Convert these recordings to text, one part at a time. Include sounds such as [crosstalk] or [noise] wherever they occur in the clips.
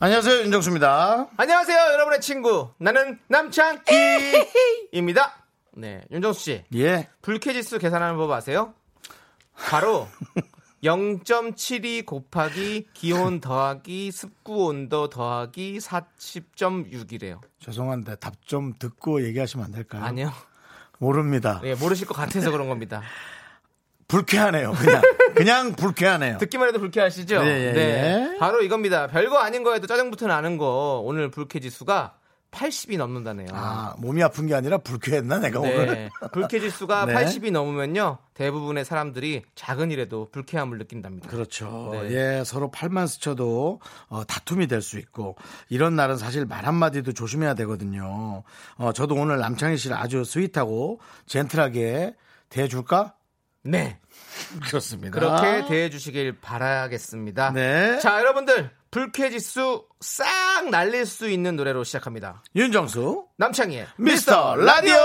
안녕하세요 윤정수입니다. 안녕하세요, 여러분의 친구. 나는 [laughs] 남창희입니다. 네, 윤정수 씨. 예. 불쾌지수 계산하는 법 아세요? 바로 0.72 곱하기 기온 더하기 습구 온도 더하기 40.6이래요. 죄송한데 답 좀 듣고 얘기하시면 안 될까요? 아니요. 모릅니다. 예, 모르실 것 같아서 그런 겁니다. 불쾌하네요. [laughs] 그냥 그냥 불쾌하네요. 듣기만 해도 불쾌하시죠? 예, 예, 네. 예. 바로 이겁니다. 별거 아닌 거에도 짜증부터 나는 거 오늘 불쾌지수가 80이 넘는다네요. 아 몸이 아픈 게 아니라 불쾌했나 내가 오늘. 네. 불쾌지수가 어, 네. 80이 넘으면요. 대부분의 사람들이 작은 일에도 불쾌함을 느낀답니다. 그렇죠. 네. 예, 서로 팔만 스쳐도 어, 다툼이 될 수 있고 이런 날은 사실 말 한마디도 조심해야 되거든요. 어, 저도 오늘 남창희 씨를 아주 스윗하고 젠틀하게 대해줄까? 네. 그렇습니다. 그렇게 대해 주시길 바라겠습니다. 아. 네. 자, 여러분들 불쾌지수 싹 날릴 수 있는 노래로 시작합니다. 윤정수 남창희의 미스터 라디오.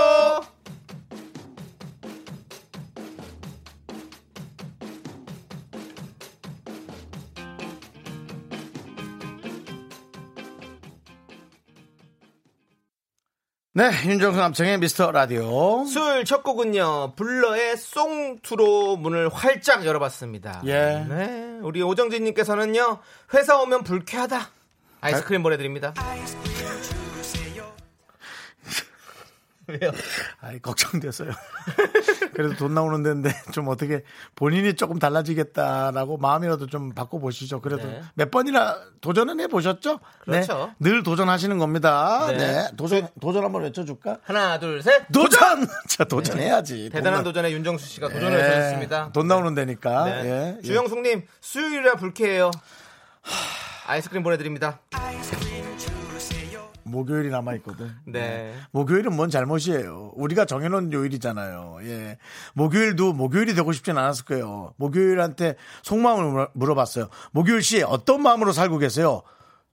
네, 윤정수 남창의 미스터 라디오. 술 첫 곡은요 블러의 송투로 문을 활짝 열어봤습니다. 예. 네, 우리 오정진님께서는요 회사 오면 불쾌하다 아이스크림 보내드립니다. 왜요? 아이, 걱정돼서요. [laughs] 그래도 돈 나오는 데인데 좀 어떻게 본인이 조금 달라지겠다라고 마음이라도 좀 바꿔보시죠. 그래도 네. 몇 번이나 도전은 해보셨죠? 그렇죠. 네, 늘 도전하시는 겁니다. 네. 네. 도전, 도전 한번 외쳐줄까? 하나 둘 셋. 도전! [laughs] 자, 도전해야지. 네. 대단한 돈 도전에 윤정수 씨가 나- 도전을 예, 하셨습니다. 돈 나오는 데니까. 네. 예. 주영숙님 수요일이라 불쾌해요. 아이스크림 보내드립니다. 예. 목요일이 남아있거든. 네. 목요일은 뭔 잘못이에요. 우리가 정해놓은 요일이잖아요. 예. 목요일도 목요일이 되고 싶진 않았을 거예요. 목요일한테 속마음을 물어- 물어봤어요. 목요일 씨 어떤 마음으로 살고 계세요?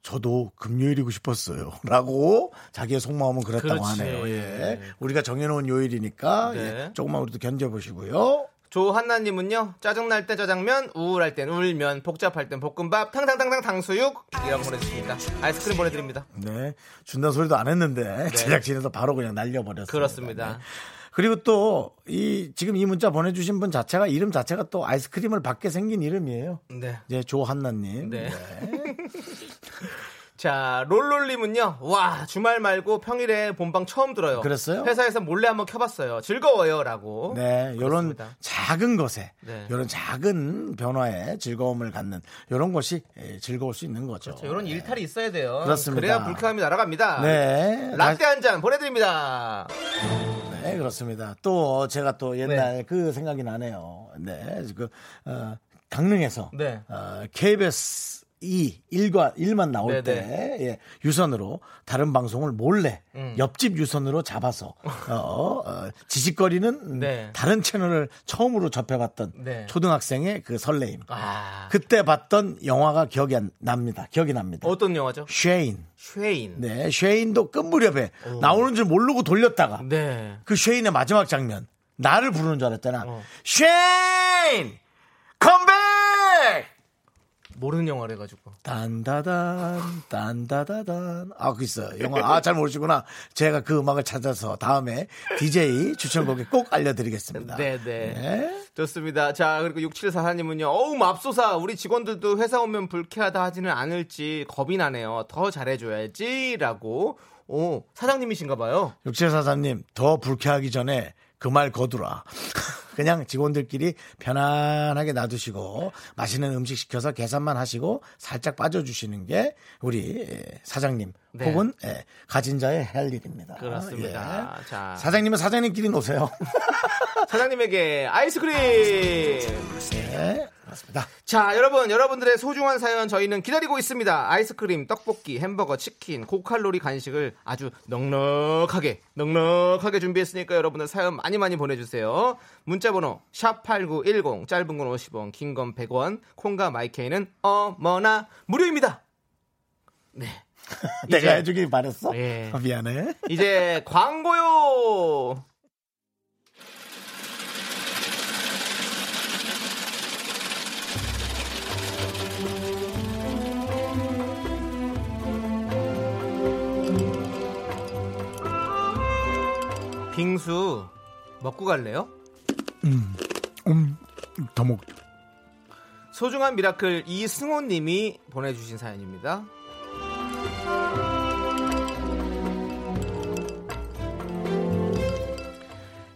저도 금요일이고 싶었어요. [laughs] 라고 자기의 속마음은 그랬다고 그렇지. 하네요. 예. 우리가 정해놓은 요일이니까 네. 예. 조금만 우리도 견뎌보시고요. 조한나님은요 짜증날 때 짜장면 우울할 땐 울면 복잡할 땐 볶음밥 탕탕탕탕 탕수육 이라고 보내주십니다 아이스크림 보내드립니다 네. 준다 소리도 안 했는데 제작진에서 바로 그냥 날려버렸어요. 네. 그렇습니다. 그리고 또 이 지금 이 문자 보내주신 분 자체가 이름 자체가 또 아이스크림을 받게 생긴 이름이에요. 네. 네, 조한나님. [laughs] 네. 자 롤롤님은요 와 주말 말고 평일에 본방 처음 들어요 그랬어요? 회사에서 몰래 한번 켜봤어요 즐거워요 라고 네, 요런 어, 그렇습니다. 작은 것에, 네. 요런 작은 변화에 즐거움을 갖는 요런 것이 예, 즐거울 수 있는 거죠. 자, 그렇죠. 요런 일탈이 있어야 돼요 그렇습니다. 래야 불쾌함이 날아갑니다 네. 라떼 한 잔 보내드립니다 네, 그렇습니다. 또 어, 제가 또 옛날 네. 그 생각이 나네요. 네, 그 어, 강릉에서 네. 어, KBS 2 일과 일만 나올 네, 때 예, 유선으로 다른 방송을 몰래 음. 옆집 유선으로 잡아서 어, 어, 지식거리는 네. 다른 채널을 처음으로 접해봤던 네. 초등학생의 그 설레임. 아 그때 봤던 영화가 기억이 안- 납니다. 기억이 납니다. 어떤 영화죠? 쉐인. 쉐인 네, 쉐인도 끝 무렵에 나오는 줄 모르고 돌렸다가 네. 그 쉐인의 마지막 장면 나를 부르는 줄 알았잖아 어. 쉐인 컴백 모르는 영화를 해가지고 딴다단 딴다다단 아 그 있어요 영화 아 잘 모르시구나 제가 그 음악을 찾아서 다음에 DJ 추천곡에 꼭 알려드리겠습니다 네, 네. 네. 좋습니다. 자, 그리고 6744님은요. 어우, 맙소사. 우리 직원들도 회사 오면 불쾌하다 하지는 않을지 겁이 나네요. 더 잘해줘야지. 라고. 오, 사장님이신가 봐요. 육체사사님 더 불쾌하기 전에 그 말 거두라 [laughs] 그냥 직원들끼리 편안하게 놔두시고 맛있는 음식 시켜서 계산만 하시고 살짝 빠져주시는 게 우리 예, 사장님 네. 혹은 예, 가진 자의 할 일입니다. 그렇습니다. 예. 자. 사장님은 [laughs] 사장님끼리 노세요. 사장님에게 아이스크림! 예. 그렇습니다. 자, 여러분, 여러분들의 소중한 사연 저희는 기다리고 있습니다. 아이스크림, 떡볶이, 햄버거, 치킨, 고칼로리 간식을 아주 넉넉하게, 넉넉하게 준비했으니까 여러분들 사연 많이 많이 보내주세요. 문자번호, 샵8910, 짧은 건 50원, 긴 건 100원, 콩과 마이케이는 어머나, 무료입니다. 네. 내가 이제- 해주길 바랬어? 예. 아, 미안해. 이제 광고요! 빙수 먹고 갈래요? 음, 더 먹. 소중한 미라클 이승호님이 보내주신 사연입니다.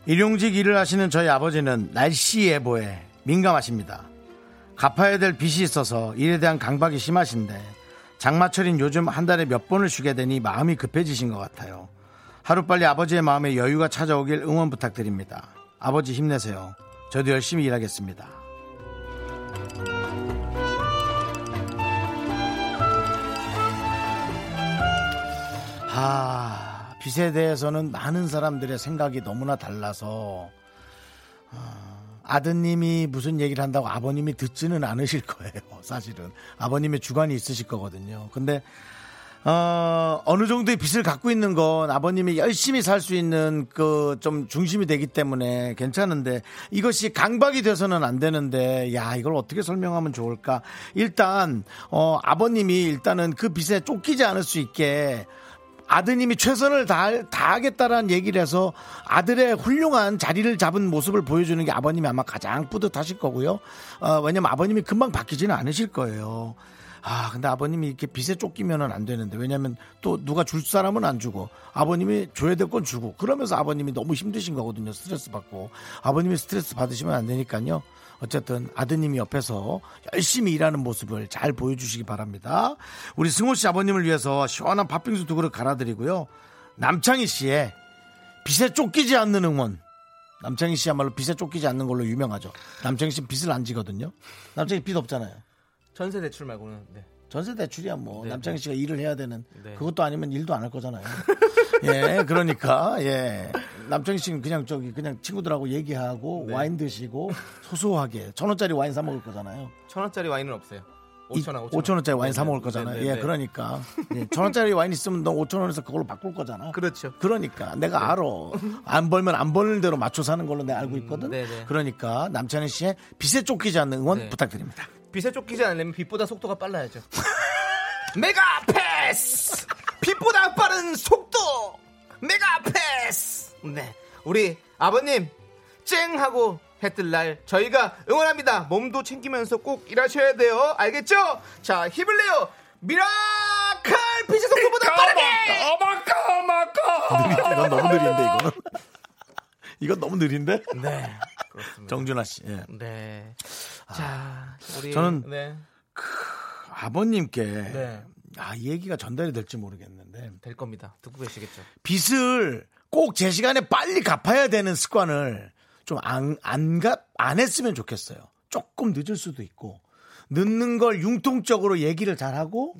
일용직 일을 하시는 저희 아버지는 날씨 예보에 민감하십니다. 갚아야 될 빚이 있어서 일에 대한 강박이 심하신데 장마철인 요즘 한 달에 몇 번을 쉬게 되니 마음이 급해지신 것 같아요. 하루빨리 아버지의 마음에 여유가 찾아오길 응원 부탁드립니다. 아버지 힘내세요. 저도 열심히 일하겠습니다. 아, 빚에 대해서는 많은 사람들의 생각이 너무나 달라서 어, 아드님이 무슨 얘기를 한다고 아버님이 듣지는 않으실 거예요. [laughs] 사실은 아버님의 주관이 있으실 거거든요. 근데 어, 어느 정도의 빚을 갖고 있는 건 아버님이 열심히 살 수 있는 그 좀 중심이 되기 때문에 괜찮은데 이것이 강박이 돼서는 안 되는데 야 이걸 어떻게 설명하면 좋을까? 일단 어, 아버님이 일단은 그 빚에 쫓기지 않을 수 있게 아드님이 최선을 다, 다하겠다라는 얘기를 해서 아들의 훌륭한 자리를 잡은 모습을 보여주는 게 아버님이 아마 가장 뿌듯하실 거고요. 어, 왜냐면 아버님이 금방 바뀌지는 않으실 거예요. 아, 근데 아버님이 이렇게 빚에 쫓기면은 안 되는데 왜냐면 또 누가 줄 사람은 안 주고 아버님이 줘야 될 건 주고 그러면서 아버님이 너무 힘드신 거거든요. 스트레스 받고 아버님이 스트레스 받으시면 안 되니까요. 어쨌든 아드님이 옆에서 열심히 일하는 모습을 잘 보여주시기 바랍니다. 우리 승호 씨 아버님을 위해서 시원한 팥빙수 두 그릇 갈아드리고요. 남창희 씨의 빚에 쫓기지 않는 응원. 남창희 씨야말로 빚에 쫓기지 않는 걸로 유명하죠. 남창희 씨는 빚을 안 지거든요. 남창희 빚 없잖아요. 전세 대출 말고는, 네. 전세 대출이야 뭐 네. 남창희 씨가 일을 해야 되는 네. 그것도 아니면 일도 안 할 [laughs] 거잖아요. 예, 그러니까 예 남창희 씨는 그냥 저기 그냥 친구들하고 얘기하고 네. 와인 드시고 소소하게 천 원짜리 와인 사 먹을 거잖아요. 천 원짜리 와인은 없어요. 이- 5천 원, 5천 원짜리 와인 사 네, 먹을 네, 거잖아요. 네, 예, 네. [laughs] 그러니까 예, 천 원짜리 와인 있으면 너 5천 원에서 그걸로 바꿀 거잖아. 그렇죠. 그러니까 내가 알아. 안 벌면 안 버는 대로 맞춰 사는 걸로 내가 알고 있거든. 네, 네. 그러니까 남창희 씨의 빚에 쫓기지 않는 응원 네. 부탁드립니다. [laughs] 빛에 쫓기지 않으려면 빛보다 속도가 빨라야죠. [laughs] 메가 패스! 빛보다 빠른 속도! 메가 패스! 네. 우리 아버님, 쨍! 하고 해뜰 날 저희가 응원합니다. 몸도 챙기면서 꼭 일하셔야 돼요. 알겠죠? 자, 힘을 내요! 미라클! 빛의 속도보다 빠르게! 이건 너무 느린데 [laughs] 이거는. 이건 너무 느린데? 네. 그렇습니다. 정준하 씨. 예. 네. 자, 우리. 저는- 네. 그 아버님께 네. 아, 이 얘기가 전달이 될지 모르겠는데 될 겁니다. 듣고 계시겠죠? 빚을 꼭 제 시간에 빨리 갚아야 되는 습관을 좀 안 안 갚 안 했으면 좋겠어요. 조금 늦을 수도 있고 늦는 걸 융통적으로 얘기를 잘하고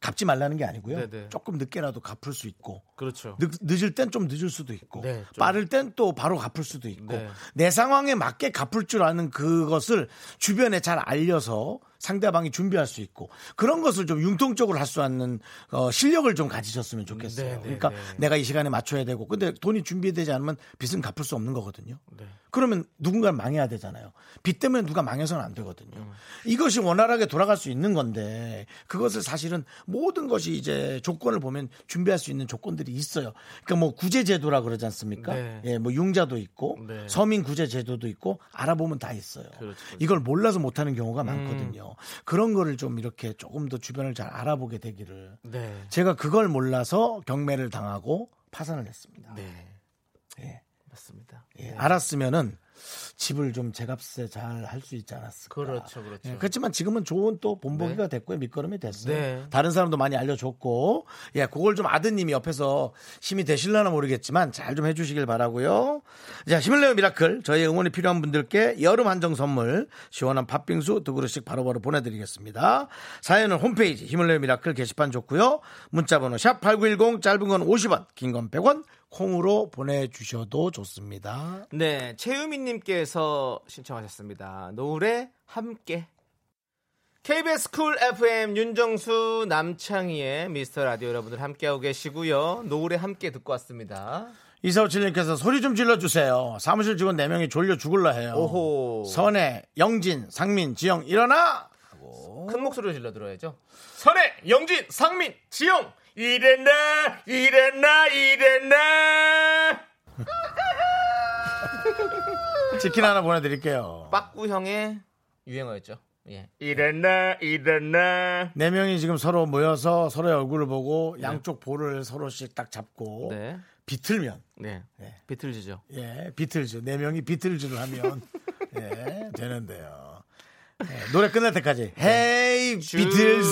갚지 말라는 게 아니고요. 네, 네. 조금 늦게라도 갚을 수 있고 그렇죠. 늦, 을 땐 좀 늦을 수도 있고 네, 좀. 빠를 땐 또 바로 갚을 수도 있고 네. 내 상황에 맞게 갚을 줄 아는 그것을 주변에 잘 알려서 상대방이 준비할 수 있고 그런 것을 좀 융통적으로 할 수 있는 어, 실력을 좀 가지셨으면 좋겠어요. 네, 네, 그러니까 네. 내가 이 시간에 맞춰야 되고 근데 돈이 준비되지 않으면 빚은 갚을 수 없는 거거든요. 네. 그러면 누군가를 망해야 되잖아요. 빚 때문에 누가 망해서는 안 되거든요. 음. 이것이 원활하게 돌아갈 수 있는 건데 그것을 사실은 모든 것이 이제 조건을 보면 준비할 수 있는 조건들이 있어요. 그러니까 뭐 구제제도라 그러지 않습니까? 네. 예, 뭐 융자도 있고 네. 서민 구제제도도 있고 알아보면 다 있어요. 그렇죠. 음. 이걸 몰라서 못하는 경우가 많거든요. 그런 거를 좀 이렇게 조금 더 주변을 잘 알아보게 되기를 네. 제가 그걸 몰라서 경매를 당하고 파산을 했습니다. 네. 예. 맞습니다. 예, 알았으면은 집을 좀 제값에 잘 할 수 있지 않았을까. 그렇죠, 그렇죠. 예, 그렇지만 지금은 좋은 또 본보기가 됐고요. 밑거름이 됐어요. 네. 다른 사람도 많이 알려줬고, 예, 그걸 좀 아드님이 옆에서 힘이 되실려나 모르겠지만 잘 좀 해주시길 바라고요. 자, 힘을 내요 미라클. 저희 응원이 필요한 분들께 여름 한정 선물 시원한 팥빙수 두 그릇씩 바로바로 보내드리겠습니다. 사연은 홈페이지 힘을 내요 미라클 게시판 좋고요. 문자번호 샵8910 짧은 건 50원, 긴 건 100원, 콩으로 보내주셔도 좋습니다. 네, 최유민님께서 신청하셨습니다. 노래 함께. KBS 쿨 FM 윤정수 남창희의 미스터 라디오 여러분들 함께하고 계시고요. 노래 함께 듣고 왔습니다. 이사오칠님께서 소리 좀 질러주세요. 사무실 직원 4명이 졸려 죽을라 해요. 오호. 선혜, 영진, 상민, 지영, 일어나! 큰 목소리로 질러 들어야죠. 선혜, 영진, 상민, 지영. 이랬나, 이랬나, 이랬나. 치킨 하나 보내드릴게요. 빠꾸 형의 유행어였죠. 네. 예. 이랬나, 이랬나. 4명이 지금 서로 모여서 서로의 얼굴을 보고 양쪽 볼을 서로씩 딱 잡고 네. 비틀면, 네. 어? 네. 비틀즈죠. 예, 비틀즈. 4명이 비틀즈를 하면, 예, 되는데요. 예, 노래 끝날 때까지 네. 헤이 주- [laughs] 비틀즈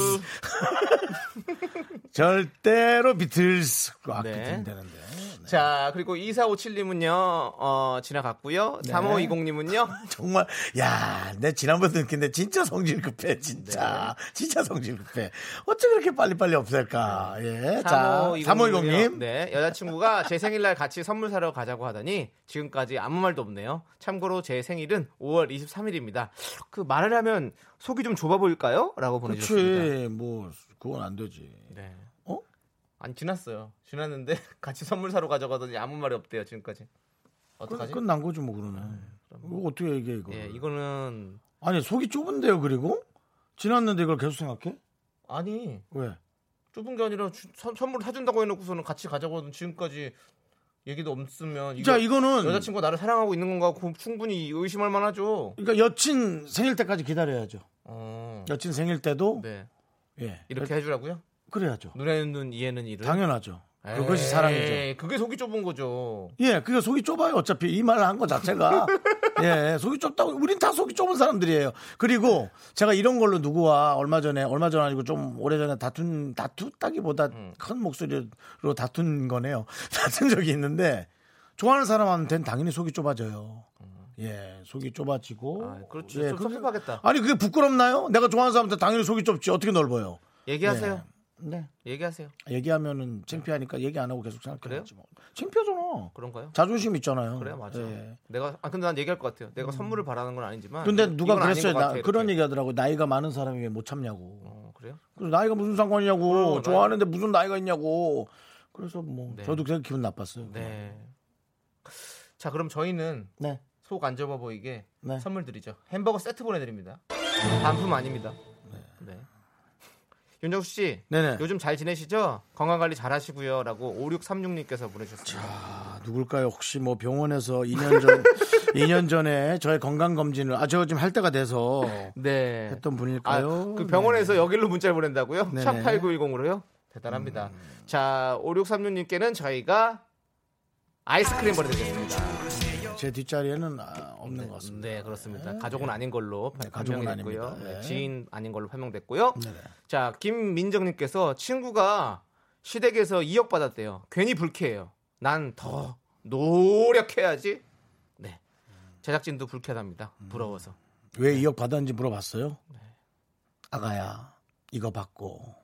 절대로 비틀즈 아끼 네. 면 되는데 자, 그리고 2457님은요, 어, 지나갔고요. 네. 3520님은요, [laughs] 정말 야 내 지난번도 느낀데 진짜 성질 급해 진짜 네. 진짜 성질 급해 어째 그렇게 빨리빨리 없앨까 예자 3510님 네, 여자친구가 제 생일날 같이 선물 사러 가자고 하더니 지금까지 아무 말도 없네요. 참고로 제 생일은 5월 23일입니다. 그 말을 하면 속이 좀 좁아 보일까요? 라고 보내주셨습니다. 그렇지 뭐 그건 안 되지 네. 어? 안 지났어요. 지났는데 [laughs] 같이 선물 사러 가자고 하더니 아무 말이 없대요, 지금까지. 끝- 어떡하지? 끝난 거지 뭐 그러네 이거 어떻게 얘기해 이거 예, 이거는 아니 속이 좁은데요 그리고 지났는데 이걸 계속 생각해 아니 왜 좁은 게 아니라 주- 선, 선물 사준다고 해놓고서는 같이 가자고 하던 지금까지 얘기도 없으면 자, 이거는- 여자친구가 나를 사랑하고 있는 건가 고 충분히 의심할 만하죠. 그러니까 여친 생일 때까지 기다려야죠 어, 여친 생일 때도 네 예 이렇게 네. 해주라고요? 그래야죠 눈에는 눈, 이해는 이를. 당연하죠 에이, 그것이 사랑이죠 그게 속이 좁은 거죠. 예, 그게 속이 좁아요. 어차피 이 말을 한 거 [laughs] 자체가. 예, 속이 좁다고. 우린 다 속이 좁은 사람들이에요. 그리고 제가 이런 걸로 누구와 얼마 전에, 얼마 전 아니고 좀 오래전에 다툰, 다투다기보다 음. 큰 목소리로 다툰 거네요. [laughs] 다툰 적이 있는데, 좋아하는 사람한테는 당연히 속이 좁아져요. 예, 속이 좁아지고. 음. 예, 아, 그렇죠. 좀 네, 그게- 섭섭하겠다. 아니, 그게 부끄럽나요? 내가 좋아하는 사람한테 당연히 속이 좁지. 어떻게 넓어요? 얘기하세요. 네. 얘기하세요. 네. 얘기하면은 창피하니까 얘기 안 하고 계속 생각해야지 뭐. 창피하잖아. 그런가요? 자존심 있잖아요. 그래 맞아. 예. 내가 아 근데 난 얘기할 것 같아요. 내가 선물을 바라는 건 아니지만. 음. 근데 누가 이건 아닌 그랬어요. 것 나- 같아, 그런 이렇게. 얘기 하더라고. 나이가 많은 사람이 왜 못 참냐고. 어, 그래요? 그래서 나이가 무슨 상관이냐고. 어, 좋아하는데 무슨 나이가 있냐고. 그래서 뭐 네. 저도 되게 기분 나빴어요. 네. 자 그럼 저희는 네. 속 안 접어 보이게 네. 선물 드리죠. 햄버거 세트 보내드립니다. 반품 아닙니다. 네. 윤정수 씨, 네네. 요즘 잘 지내시죠? 건강 관리 잘 하시고요라고 5636님께서 보내셨습니다. 아, 누굴까요? 혹시 뭐 병원에서 2년 [laughs] 전 2년 전에 저의 건강 검진을 아 제가 지금 할 때가 돼서 네. 했던 아, 분일까요? 네. 그 병원에서 여기로 문자를 보낸다고요? 네네. 샵 8910으로요? 대단합니다. 자, 5636님께는 저희가 아이스크림 보내드리겠습니다. 네. 제 뒷자리에는 아, 없는 것 같습니다. 네, 그렇습니다. 가족은 아닌 걸로 네, 가족은 가족이 됐고요. 아닙니다. 네. 네, 지인 아닌 걸로 판명됐고요. 네네. 자, 김민정님께서 친구가 시댁에서 2억 받았대요. 괜히 불쾌해요. 난 더 노력해야지. 네. 제작진도 불쾌합니다. 음. 부러워서. 왜 2억 받았는지 물어봤어요? 네. 아가야, 이거 받고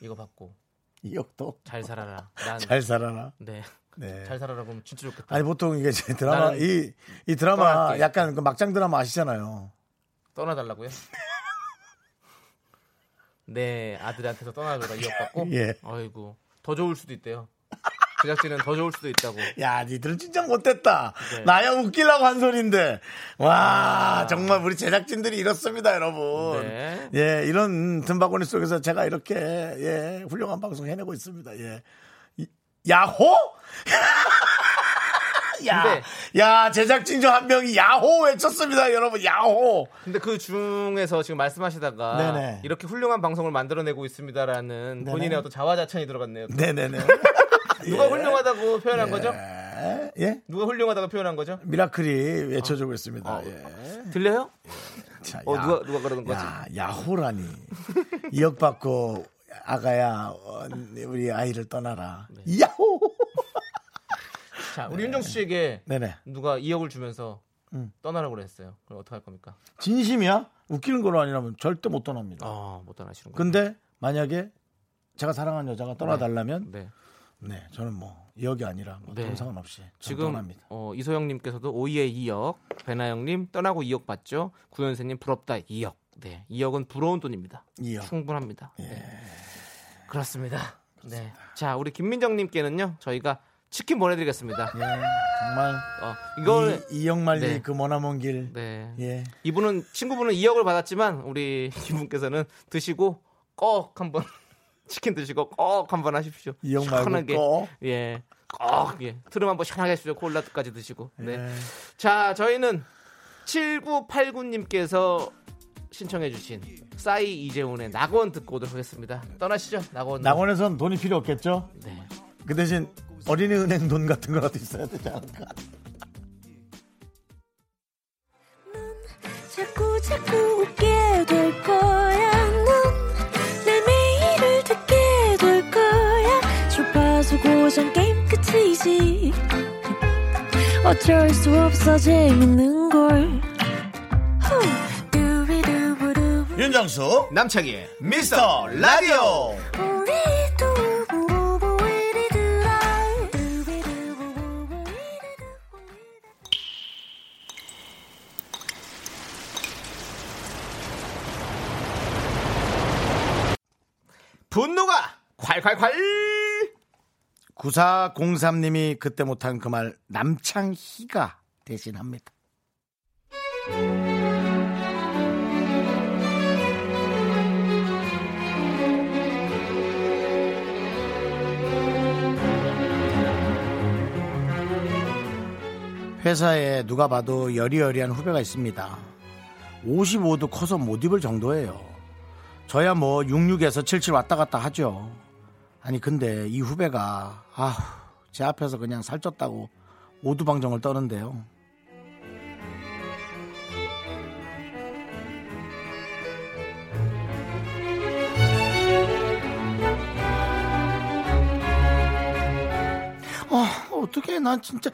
이거 받고 2억도 [laughs] 잘 살아라. 난 잘 살아라. 네. 네. 잘 살아라 그러면 진짜 좋겠다. 아니 보통 이게 이제 드라마 나는 이 이 드라마 떠날게. 약간 그 막장 드라마 아시잖아요. 떠나달라고요? [laughs] 네, 아들한테서 떠나줘라 2억 받고. 예. 아이고. 더 좋을 수도 있대요. 제작진은 더 좋을 수도 있다고. 야, 니들은 진짜 못됐다. 네. 아. 나야 웃기려고 한 소린데. 와, 정말 우리 제작진들이 이렇습니다, 여러분. 네. 예, 이런 틈바구니 속에서 제가 이렇게 예 훌륭한 방송 해내고 있습니다. 예, 이- 야호? [laughs] 야, 근데- 야 제작진 중 한 명이 야호 외쳤습니다, 여러분. 야호. 근데 그 중에서 지금 말씀하시다가 네네. 이렇게 훌륭한 방송을 만들어내고 [laughs] 있습니다라는 본인의 어떤 자화자찬이 들어갔네요. 네네네. 누가 훌륭하다고 표현한 거죠? 예. 네. 예. 누가 훌륭하다고 표현한 거죠? 미라클이 외쳐주고 있습니다. 아, 예. 들려요? 자, 어, 누가- 누가 그러는 거지? 야, 야호라니. [laughs] 2억 받고 아가야 어, 우리 아이를 떠나라. 네. 야호. 자, 우리 윤정수 씨에게 네네. 누가 2억을 주면서 음. 떠나라고 그랬어요. 그럼 어떡할 겁니까? 진심이야? 웃기는 걸로 아니라면 절대 못 떠납니다. 아, 못 떠나시는 거예요. 근데 만약에 제가 사랑하는 여자가 떠나달라면 네. 네, 저는 뭐 2억이 아니라 뭐 네. 돈 상관없이 지금 지금 떠납니다. 어, 이소영님께서도 오이의 2억, 배나영님 떠나고 2억 받죠. 구현세님 부럽다 2억. 네, 2억은 부러운 돈입니다. 2억. 충분합니다. 네. 그렇습니다. 네. 자, 우리 김민정님께는요 저희가 치킨 보내드리겠습니다. 예, 정말 어, 이걸 이, 이억 말리 네. 그 머나먼 길. 네. 예. 이분은 친구분은 2억을 받았지만 우리 이분께서는 드시고 꼭 한번 [laughs] 치킨 드시고 꼭 한번 하십시오. 이억 말고 시원하게. 꼭. 예. 꼭 예. 트름 한번 시원하게 하십시오. 콜라까지 드시고. 네. 예. 자, 저희는 7989님께서 신청해 주신 싸이 이재훈의 낙원 듣고 오도록 하겠습니다. 떠나시죠. 낙원. 낙원에선 돈이 필요 없겠죠? 네. 그 대신 어린이 은행 돈 같은 거라도 있어야 되지 않을까? 자꾸 자꾸 웃게 될 거야. 넌내 매일을 듣게 될 거야. 주파수 고정 게임 끝이지. 어쩔 수 없어 재밌는 걸. 후. 두비두부두. 윤정수 남창희의 미스터 라디오 우리 두부부부 우리들아. 두비두부부부 우리들아. 분노가 콸콸콸! 9403님이 그때 못한 그 말 남창희가 대신합니다 회사에 누가 봐도 여리여리한 후배가 있습니다 55도 커서 못 입을 정도예요 저야 뭐 66에서 77 왔다 갔다 하죠 아니 근데 이 후배가 아제 앞에서 그냥 살쪘다고 오두방정을 떠는데요. 아 어떻게 나 진짜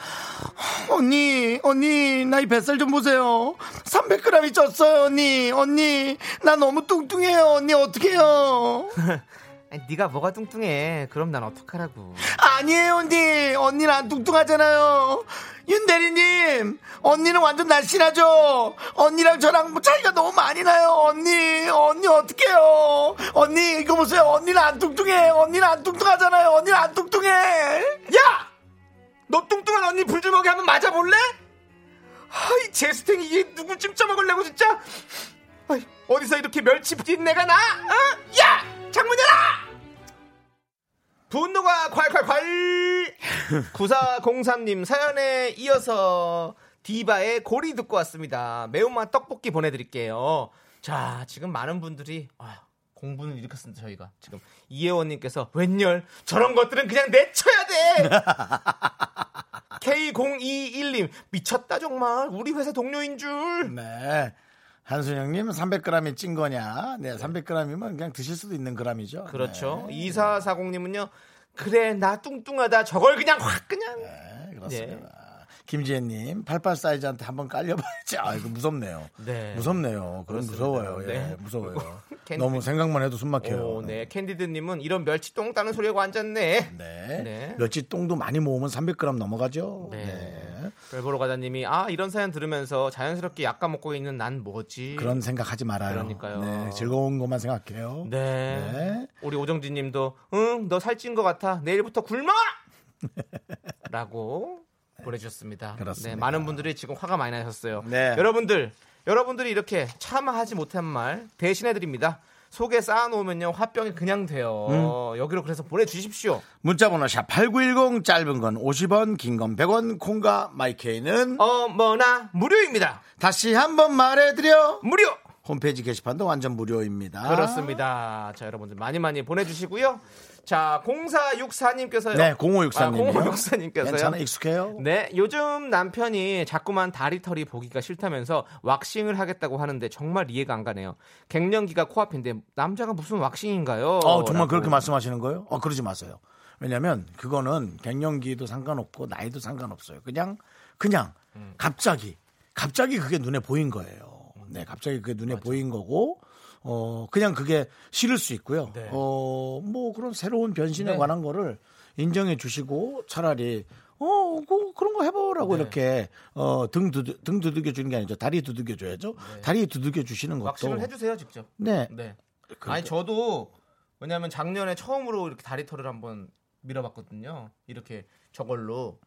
언니 언니 나 이 뱃살 좀 보세요 300g이 쪘어요 언니 언니 나 너무 뚱뚱해요 언니 어떡해요 아니, 네가 뭐가 뚱뚱해? 그럼 난 어떡하라고? 아니에요 언니 언니는 안 뚱뚱하잖아요 윤대리님 언니는 완전 날씬하죠 언니랑 저랑 뭐 차이가 너무 많이 나요 언니 언니 어떡해요 언니 이거 보세요 언니는 안 뚱뚱해 언니는 안 뚱뚱하잖아요 언니는 안 뚱뚱해 야! 너 뚱뚱한 언니 불주먹에 한번 맞아볼래? 아이 제스탱이 이게 누굴 찜쪄먹으려고 진짜? 아이, 어디서 이렇게 멸치 빈내가 나? 어? 야! 창문 열어! 분노가 콸콸콸! 9403님 사연에 이어서 디바의 고리 듣고 왔습니다. 매운맛 떡볶이 보내드릴게요. 자, 지금 많은 분들이 아, 공분을 일으켰습니다. 저희가 지금 이혜원님께서 웬열 저런 것들은 그냥 내쳐야 돼. K021님 미쳤다 정말 우리 회사 동료인 줄. 네 한순영님 300g이 찐 거냐 네 300g이면 그냥 드실 수도 있는 그람이죠 네. 그렇죠. 2440님은요. 그래 나 뚱뚱하다 저걸 그냥 확 그냥 네, 그렇습니다. 김지혜님, 88 사이즈한테 한번 깔려봐야지. 아, 이거 무섭네요. 네. 무섭네요. 그건 그렇습니다. 무서워요. 예, 네. [laughs] 무서워요. 캔디- 너무 생각만 해도 숨 막혀요. 오, 네. 캔디드님은 이런 멸치 똥 따는 소리하고 앉았네. 네. 네. 멸치 똥도 많이 모으면 300g 넘어가죠. 네. 네. 별보로 과장님이 아 이런 사연 들으면서 자연스럽게 약간 먹고 있는 난 뭐지? 그런 생각하지 말아요. 그러니까요. 네, 즐거운 것만 생각해요. 네. 네. 우리 오정진님도 응, 너 살찐 것 같아. [laughs] 내일부터 굶어! 라고 보내주셨습니다. 그렇습니다. 네, 많은 분들이 지금 화가 많이 나셨어요. 네. 여러분들, 여러분들이 이렇게 참아하지 못한 말 대신해드립니다. 속에 쌓아놓으면요 화병이 그냥 돼요. 음. 여기로 그래서 보내주십시오. 문자번호 샵8910 짧은 건 50원, 긴 건 100원, 콩과 마이케이는 어머나 무료입니다. 다시 한번 말해드려. 무료. 홈페이지 게시판도 완전 무료입니다. 그렇습니다. 자, 여러분들 많이 많이 보내주시고요. 자, 0464님께서요. 아, 네, 0564님. 0564님께서요. 괜찮아, 익숙해요. 네, 요즘 남편이 자꾸만 다리털이 보기가 싫다면서 왁싱을 하겠다고 하는데 정말 이해가 안 가네요. 갱년기가 코앞인데 남자가 무슨 왁싱인가요? 어, 정말 라고. 그렇게 말씀하시는 거예요? 어, 그러지 마세요. 왜냐면 그거는 갱년기도 상관없고 나이도 상관없어요. 그냥 그냥 음. 갑자기 갑자기 그게 눈에 보인 거예요. 네, 갑자기 그게 눈에 보인 거고 어, 그냥 그게 싫을 수 있고요. 네. 어, 뭐 그런 새로운 변신에 관한 거를 인정해 주시고 차라리 어, 그, 그런 거 네. 해보라고 이렇게 어, 등, 두드, 등 두들겨 주는 게 아니죠. 다리 두들겨 줘야죠. 다리 두들겨 주시는 것도 네. 왁싱을 해주세요, 직접. 네. 네. 그- 아니 저도 왜냐하면 작년에 처음으로 이렇게 다리털을 한번 밀어봤거든요. 이렇게 저걸로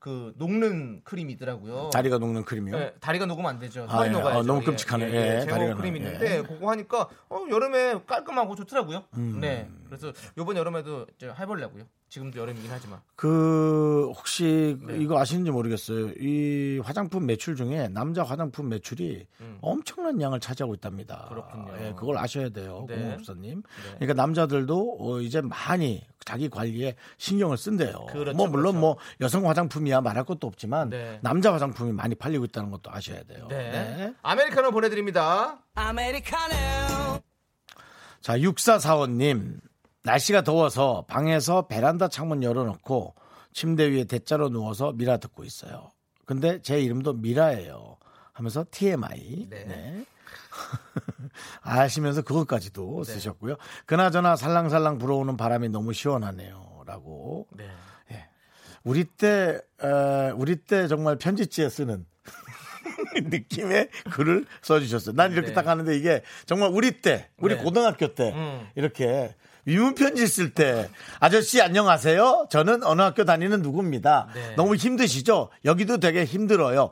그 녹는 크림이 있더라고요. 다리가 녹는 크림이요. 네, 다리가 녹으면 안 되죠. 아, 털이 예. 녹아야죠. 어, 너무 예, 끔찍하네. 예, 예, 음. 제목 다리가 크림 녹아요. 있는데 그거 하니까 어, 여름에 깔끔하고 좋더라고요. 네. 그래서 요번 여름에도 저 해보려고요. 지금도 여름이긴 하지만. 그 혹시 네. 이거 아시는지 모르겠어요. 이 화장품 매출 중에 남자 화장품 매출이 엄청난 양을 차지하고 있답니다. 음. 그렇군요. 예, 그걸 아셔야 돼요, 네. 공업사님. 그러니까 남자들도 어, 이제 많이 자기 관리에 신경을 쓴대요. 그렇죠, 뭐 물론 그렇죠. 뭐 여성 화장품이야 말할 것도 없지만 네. 남자 화장품이 많이 팔리고 있다는 것도 아셔야 돼요. 네. 네. 아메리카노 보내드립니다. 자, 6445님. 날씨가 더워서 방에서 베란다 창문 열어놓고 침대 위에 대자로 누워서 미라 듣고 있어요. 근데 제 이름도 미라예요. 하면서 TMI. 네. 네. [laughs] 아시면서 그것까지도 쓰셨고요. 그나저나 살랑살랑 불어오는 바람이 너무 시원하네요. 라고. 네. 예. 우리 때, 에, 우리 때 정말 편지지에 쓰는 [laughs] 느낌의 글을 써주셨어요. 난 이렇게 네. 딱 하는데 이게 정말 우리 때, 우리 네. 고등학교 때 음. 이렇게 위문편지 쓸 때 아저씨 안녕하세요. 저는 어느 학교 다니는 누구입니다. 네. 너무 힘드시죠? 여기도 되게 힘들어요.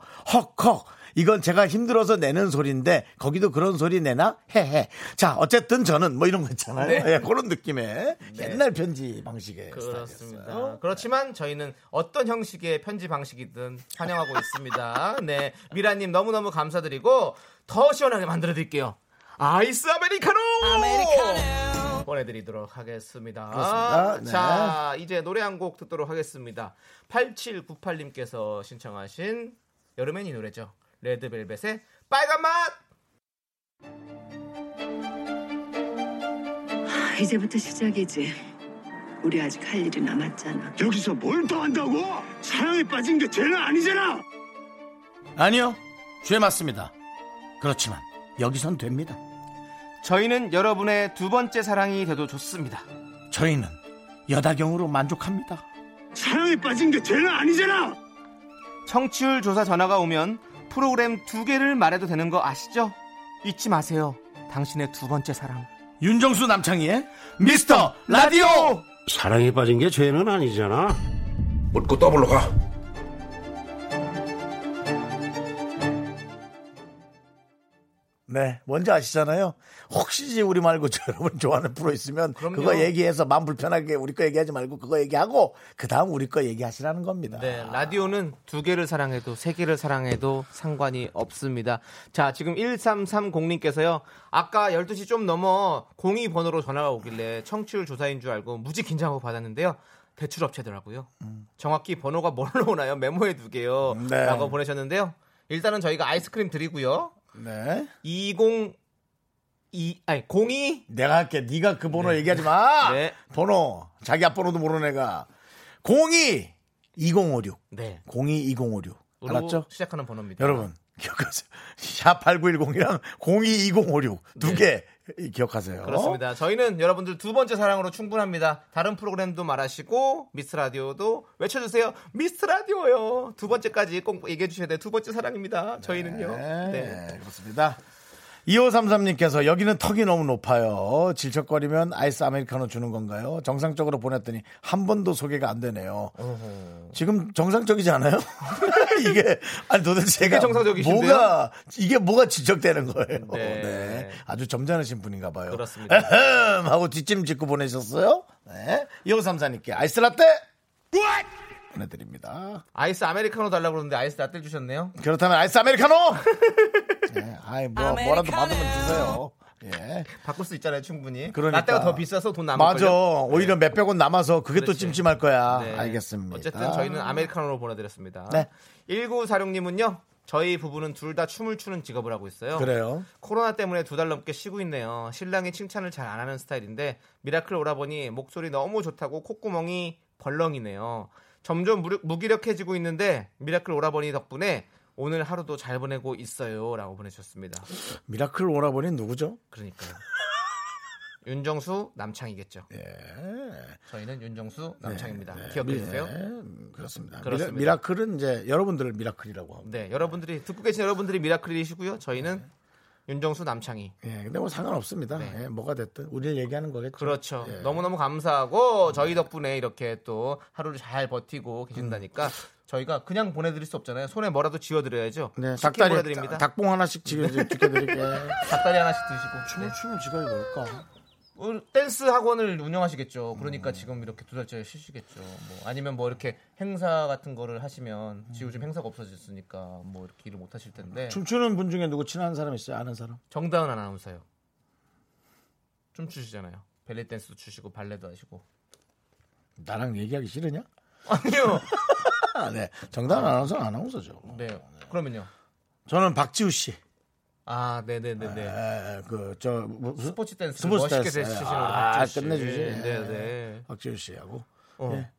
헉헉. 이건 제가 힘들어서 내는 소리인데 거기도 그런 소리 내나? 헤헤. 자, 어쨌든 저는 뭐 이런 거 있잖아요. 네. 예, 그런 느낌의 옛날 편지 방식의 스타일이었어요. 그렇습니다. 그렇지만 저희는 어떤 형식의 편지 방식이든 환영하고 있습니다. [laughs] 네. 미라님 너무너무 감사드리고 더 시원하게 만들어드릴게요. 아이스 아메리카노! 보내드리도록 하겠습니다. 그렇습니다. 네. 자, 이제 노래 한 곡 듣도록 하겠습니다. 8798님께서 신청하신 여름엔 이 노래죠. 레드벨벳의 빨간 맛! 이제부터 시작이지. 우리 아직 할 일이 남았잖아. 여기서 뭘 더 한다고? 사랑에 빠진 게 죄는 아니잖아. 아니요. 죄 맞습니다. 그렇지만 여기선 됩니다. 저희는 여러분의 두 번째 사랑이 돼도 좋습니다. 저희는 여다경으로 만족합니다. 사랑에 빠진 게 죄는 아니잖아. 청취율 조사 전화가 오면 프로그램 두 개를 말해도 되는 거 아시죠? 잊지 마세요. 당신의 두 번째 사랑. 윤정수 남창희의 미스터 라디오! 사랑에 빠진 게 죄는 아니잖아. 네, 뭔지 아시잖아요. 혹시 우리 말고 저 여러분 좋아하는 프로 있으면 그 그럼요. 거 얘기해서 마음 불편하게 우리 거 얘기하지 말고 그거 얘기하고 그 다음 우리 거 얘기하시라는 겁니다. 네, 라디오는 두 개를 사랑해도 세 개를 사랑해도 상관이 없습니다. 자, 지금 1330님께서요. 아까 12시 좀 넘어 02번호로 전화가 오길래 청취율 조사인 줄 알고 무지 긴장하고 받았는데요. 대출업체더라고요. 정확히 번호가 뭘로 오나요? 메모해 두게요. 네. 라고 보내셨는데요. 일단은 저희가 아이스크림 드리고요. 네. 202 아니 02 내가 할게. 네가 그 번호 얘기하지 마. [laughs] 네. 번호. 자기 앞번호도 모르는 애가 02 2056. 네. 02 2056. 으로 알았죠? 시작하는 번호입니다. 여러분 기억하세요. [laughs] 샵 8910이랑 022056 두 개 기억하세요. 네. 그렇습니다. 저희는 여러분들 두 번째 사랑으로 충분합니다. 다른 프로그램도 말하시고 미스 라디오도 외쳐주세요. 미스 라디오요. 두 번째까지 꼭 얘기해 주셔야 돼요. 두 번째 사랑입니다. 저희는요. 네, 네. 그렇습니다. 2533님께서 여기는 턱이 너무 높아요. 질척거리면 아이스 아메리카노 주는 건가요? 정상적으로 보냈더니 한 번도 소개가 안 되네요. 지금 정상적이지 않아요? [laughs] 이게 아니 도대체 되게 제가 정상적이신데요? 뭐가 이게 뭐가 질척되는 거예요? 네. 네. 아주 점잖으신 분인가 봐요. 그렇습니다. 에헴 하고 뒷짐 짓고 보내셨어요? 네. 2534님께 아이스 라떼 보내드립니다. 아이스 아메리카노 달라고 그러는데 아이스 라떼 주셨네요. [laughs] 그렇다면 아이스 아메리카노 예. 아이 뭐 뭐라도 받으면 주세요. 예. 바꿀 수 있잖아요, 충분히. 그러니까. 라떼가 더 비싸서 돈 남을 맞아. 걸요? 오히려 몇백 원 남아서 그게 또 그렇지. 찜찜할 거야. 네. 알겠습니다. 어쨌든 저희는 아메리카노로 보내드렸습니다. 네. 1946님은요. 저희 부부는 둘 다 춤을 추는 직업을 하고 있어요. 그래요. 코로나 때문에 두 달 넘게 쉬고 있네요. 신랑이 칭찬을 잘 안 하는 스타일인데 미라클 오라버니 목소리 너무 좋다고 콧구멍이 벌렁이네요. 점점 무력- 무기력해지고 있는데 미라클 오라버니 덕분에 오늘 하루도 잘 보내고 있어요라고 보내주셨습니다. 미라클 오라버니 누구죠? 그러니까요. 윤정수 남창이겠죠. 예. 저희는 윤정수 남창입니다. 기억해 주세요. 예. 음, 그렇습니다. 그렇습니다. 미라, 클은 이제 여러분들을 미라클이라고 합니다. 네, 여러분들이 듣고 계신 여러분들이 미라클이시고요. 저희는 윤정수 남창희. 예. 근데 뭐 상관없습니다. 네. 예. 뭐가 됐든 우리를 얘기하는 거겠죠. 그렇죠. 예. 너무너무 감사하고 저희 덕분에 이렇게 또 하루를 잘 버티고 계신다니까 저희가 그냥 보내드릴 수 없잖아요. 손에 뭐라도 쥐어드려야죠. 네, 치킨 닭다리, 보내드립니다. 네. 닭... 닭봉 하나씩 지금 [laughs] 이제 지켜드릴게요. 다리 하나씩 드시고. 춤을 네. 추는 지가 뭘까? 오늘 댄스 학원을 운영하시겠죠. 음. 그러니까 지금 이렇게 두 달째 쉬시겠죠. 뭐 아니면 뭐 이렇게 행사 같은 거를 하시면 지금 요즘 행사가 없어졌으니까 뭐 이렇게 일을 못 하실 텐데. 음. 춤추는 분 중에 누구 친한 사람 있어요? 아는 사람? 정다은 아나운서요. 춤 추시잖아요. 벨리 댄스도 추시고 발레도 하시고. [laughs] 나랑 얘기하기 싫으냐? 아니요. 아, 네. 정답 아나운서 아나운서죠. 네. 그러면요. 저는 박지우 씨. 아, 네, 네, 네, 네. 에, 그, 저, 무슨? 스포츠 댄스 스포츠 멋있게 댄스. 되시는 아, 박지우 씨. 끝내주지. 네, 예. 네, 네. 박지우 씨하고. 어. 예.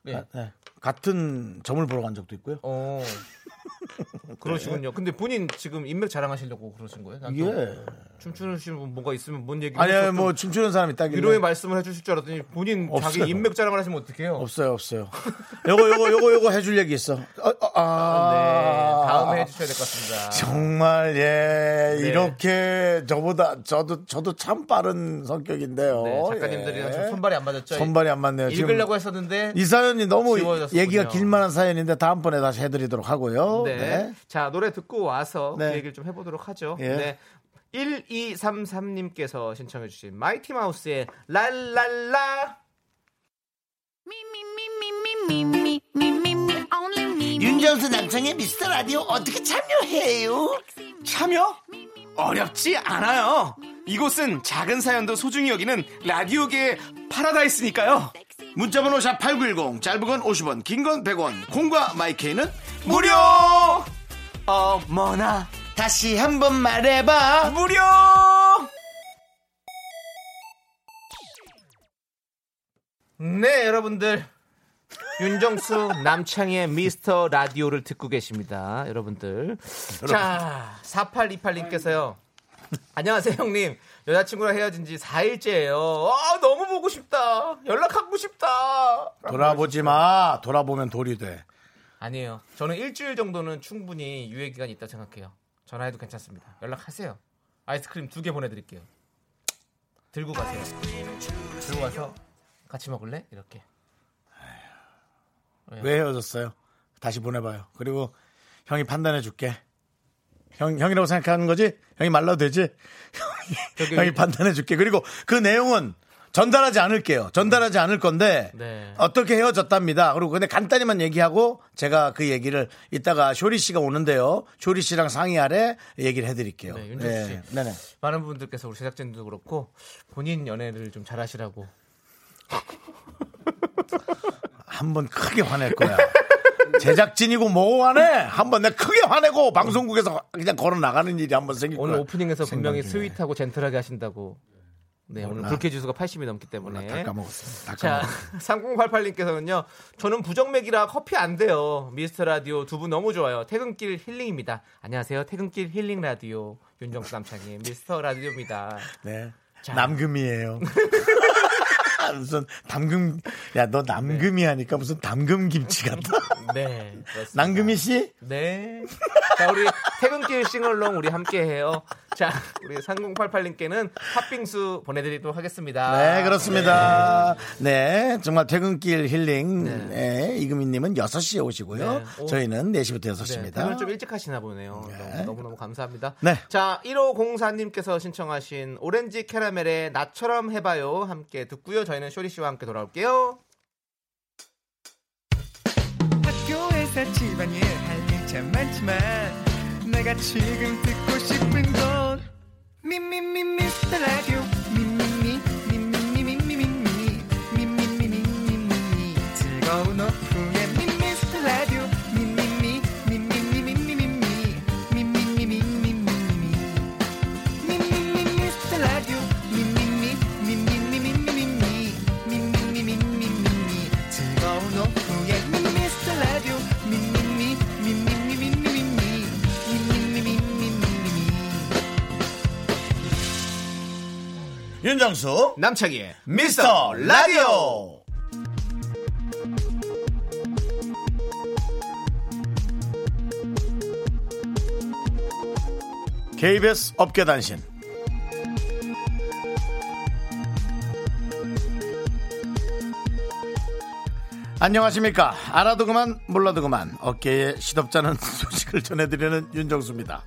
네. 아, 네. 같은 점을 보러 간 적도 있고요. [laughs] 어. 네. 그러시군요. 근데 본인 지금 인맥 자랑하시려고 그러시는 거예요? 아, 난또 이게. 춤추시는 분 뭔가 있으면 뭔 얘기? 아니, 아니, 뭐, 춤추는 사람이 딱 위로의 있는데. 말씀을 해주실 줄 알았더니 본인 없어요. 자기 인맥 자랑을 하시면 어떡해요? 없어요, 없어요. [laughs] 요거, 요거, 요거, 요거 해줄 얘기 있어. 어, 어, 아. 네, 다음에 해주셔야 될 [laughs] 것 같습니다. 정말 예 네. 이렇게 저보다 저도 저도 참 빠른 성격인데요. 네, 작가님들이랑 예. 좀 손발이 안 맞았죠? 손발이 안 맞네요. 지금 읽으려고 했었는데 이 사연이 너무 지워졌군요. 얘기가 길만한 사연인데 다음번에 다시 해드리도록 하고요. 네. 네. 자, 노래 듣고 와서 네. 그 얘기를 좀 해보도록 하죠. 예. 네. 1233님께서 신청해주신 마이티 마우스의 랄랄라. 윤정수 남성의 미스터 라디오 어떻게 참여해요? 참여? 어렵지 않아요. 이곳은 작은 사연도 소중히 여기는 라디오계의 파라다이스니까요. 문자번호 샵8910 짧은 건 50원 긴 건 100원 콩과 마이케이는 무료! 어머나, 다시 한번 말해봐 무료! 네, 여러분들. 윤정수 남창희의 미스터 라디오를 듣고 계십니다. 여러분들. 자, 4828님께서요. 안녕하세요, 형님. 여자친구랑 헤어진 지 4일째예요. 아, 너무 보고 싶다. 연락하고 싶다. 돌아보지 마. 돌아보면 돌이 돼. 아니에요. 저는 일주일 정도는 충분히 유예 기간이 있다 고 생각해요. 전화해도 괜찮습니다. 연락하세요. 아이스크림 두 개 보내드릴게요. 들고 가세요. 들고 가서 같이 먹을래? 이렇게. 왜 헤어졌어요? 다시 보내봐요. 그리고 형이 판단해 줄게. 형 형이라고 생각하는 거지? 형이 말라도 되지? 저기- 형이 판단해 줄게. 그리고 그 내용은 전달하지 않을게요. 전달하지 않을 건데 네. 어떻게 헤어졌답니다. 그리고 근데 간단히만 얘기하고 제가 그 얘기를 이따가 쇼리 씨가 오는데요. 쇼리 씨랑 상의 아래 얘기를 해드릴게요. 네, 윤정수 씨. 네, 네. 많은 분들께서 우리 제작진도 그렇고 본인 연애를 좀 잘하시라고. 한번 크게 화낼 거야. [laughs] 제작진이고 뭐고 화내? 한번 내가 크게 화내고 방송국에서 그냥 걸어 나가는 일이 한번 생길 거야. 오늘 오프닝에서 분명히 생방송에. 스윗하고 젠틀하게 하신다고. 네, 오늘 불쾌 지수가 80이 넘기 때문에. 다 까먹었어요. 다 자, 까먹었어요. 3088님께서는요, 저는 부정맥이라 커피 안 돼요. 미스터 라디오 두 분 너무 좋아요. 퇴근길 힐링입니다. 안녕하세요. 퇴근길 힐링 라디오. 윤정수 남창희 미스터 라디오입니다. 네. 자. 남금이에요. [laughs] 무슨 담금 야 너 남금이 하니까 무슨 담금 김치 [laughs] 같다. 네. 그렇습니다. 남금이 씨? 네. 자, 우리 퇴근길 싱얼롱 우리 함께 해요. 자, 우리 3088님께는 팥빙수 보내드리도록 하겠습니다. 네, 그렇습니다. 네, 정말 퇴근길 힐링. 네, 이금희 님은 6시에 오시고요. 네. 오. 저희는 4시부터 네, 6시입니다. 퇴근 좀 일찍 하시나 보네요. 너무- 너무너무 감사합니다. 네. 자, 1504님께서 신청하신 오렌지 캐러멜의 나처럼 해봐요. 함께 듣고요. 저희는 쇼리 씨와 함께 돌아올게요. 학교에서 집안일 할 일 참 많지만 내가 내가 지금 듣고 싶은 건 미미미 미스터 라디오 미미미 미미미 미미미 미미미 미미미 즐거운 오후에 미스터 라디오 미미미 미미미 미미미 미미미 미미미 윤정수 남창희의 미스터 라디오 KBS 업계단신 안녕하십니까 알아도 그만 몰라도 그만 어깨에 시덥잖은 [laughs] 소식을 전해드리는 윤정수입니다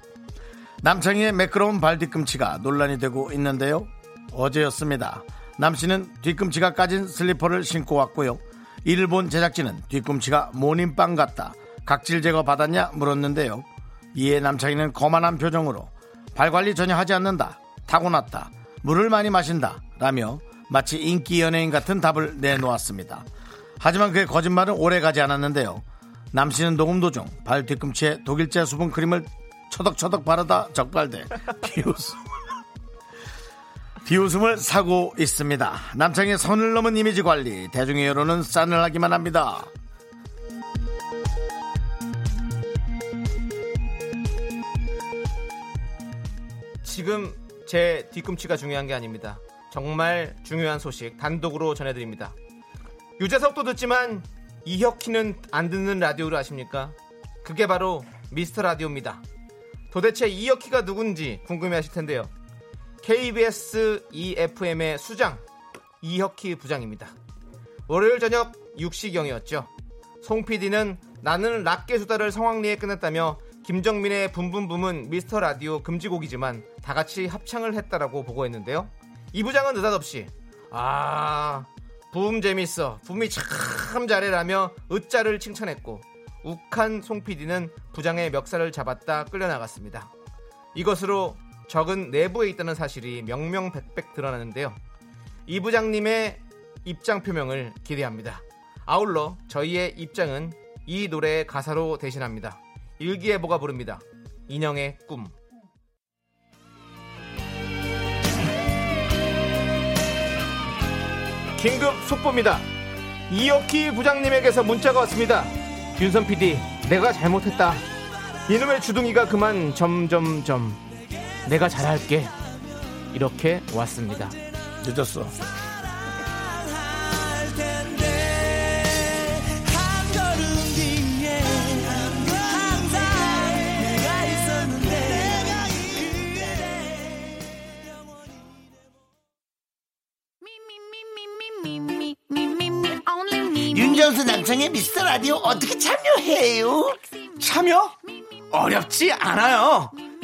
남창희의 매끄러운 발 뒤꿈치가 논란이 되고 있는데요. 어제였습니다. 남씨는 뒤꿈치가 까진 슬리퍼를 신고 왔고요. 이를 본 제작진은 뒤꿈치가 모닝빵 같다. 각질 제거 받았냐 물었는데요. 이에 남창희는 거만한 표정으로 발 관리 전혀 하지 않는다. 타고났다. 물을 많이 마신다. 라며 마치 인기 연예인 같은 답을 내놓았습니다. 하지만 그의 거짓말은 오래 가지 않았는데요. 남씨는 녹음 도중 발 뒤꿈치에 독일제 수분 크림을 처덕처덕 바르다 적발돼 [laughs] 비웃음 비웃음을 사고 있습니다. 남창의 선을 넘은 이미지 관리 대중의 여론은 싸늘하기만 합니다. 지금 제 뒤꿈치가 중요한 게 아닙니다. 정말 중요한 소식 단독으로 전해드립니다. 유재석도 듣지만 이혁희는 안 듣는 라디오를 아십니까? 그게 바로 미스터 라디오입니다. 도대체 이혁희가 누군지 궁금해하실 텐데요. KBS EFM의 수장 이혁희 부장입니다. 월요일 저녁 6시경이었죠. 송 PD는 나는 락계 수다를 성황리에 끝냈다며 김정민의 붐붐붐은 미스터 라디오 금지곡이지만 다 같이 합창을 했다라고 보고했는데요. 이 부장은 느닷없이 아 붐 재밌어 붐이 참 잘해라며 으짜를 칭찬했고 욱한 송 PD는 부장의 멱살을 잡았다 끌려나갔습니다. 이것으로 적은 내부에 있다는 사실이 명명백백 드러나는데요. 이 부장님의 입장 표명을 기대합니다. 아울러 저희의 입장은 이 노래의 가사로 대신합니다. 일기예보가 부릅니다. 인형의 꿈. 긴급 속보입니다. 이혁희 부장님에게서 문자가 왔습니다. 윤선 PD, 내가 잘못했다. 이놈의 주둥이가 그만 점점점. 내가 잘할게. 이렇게 왔습니다. 늦었어. 윤정수 남창의 미스터 라디오 어떻게 참여해요? 참여? 어렵지 않아요.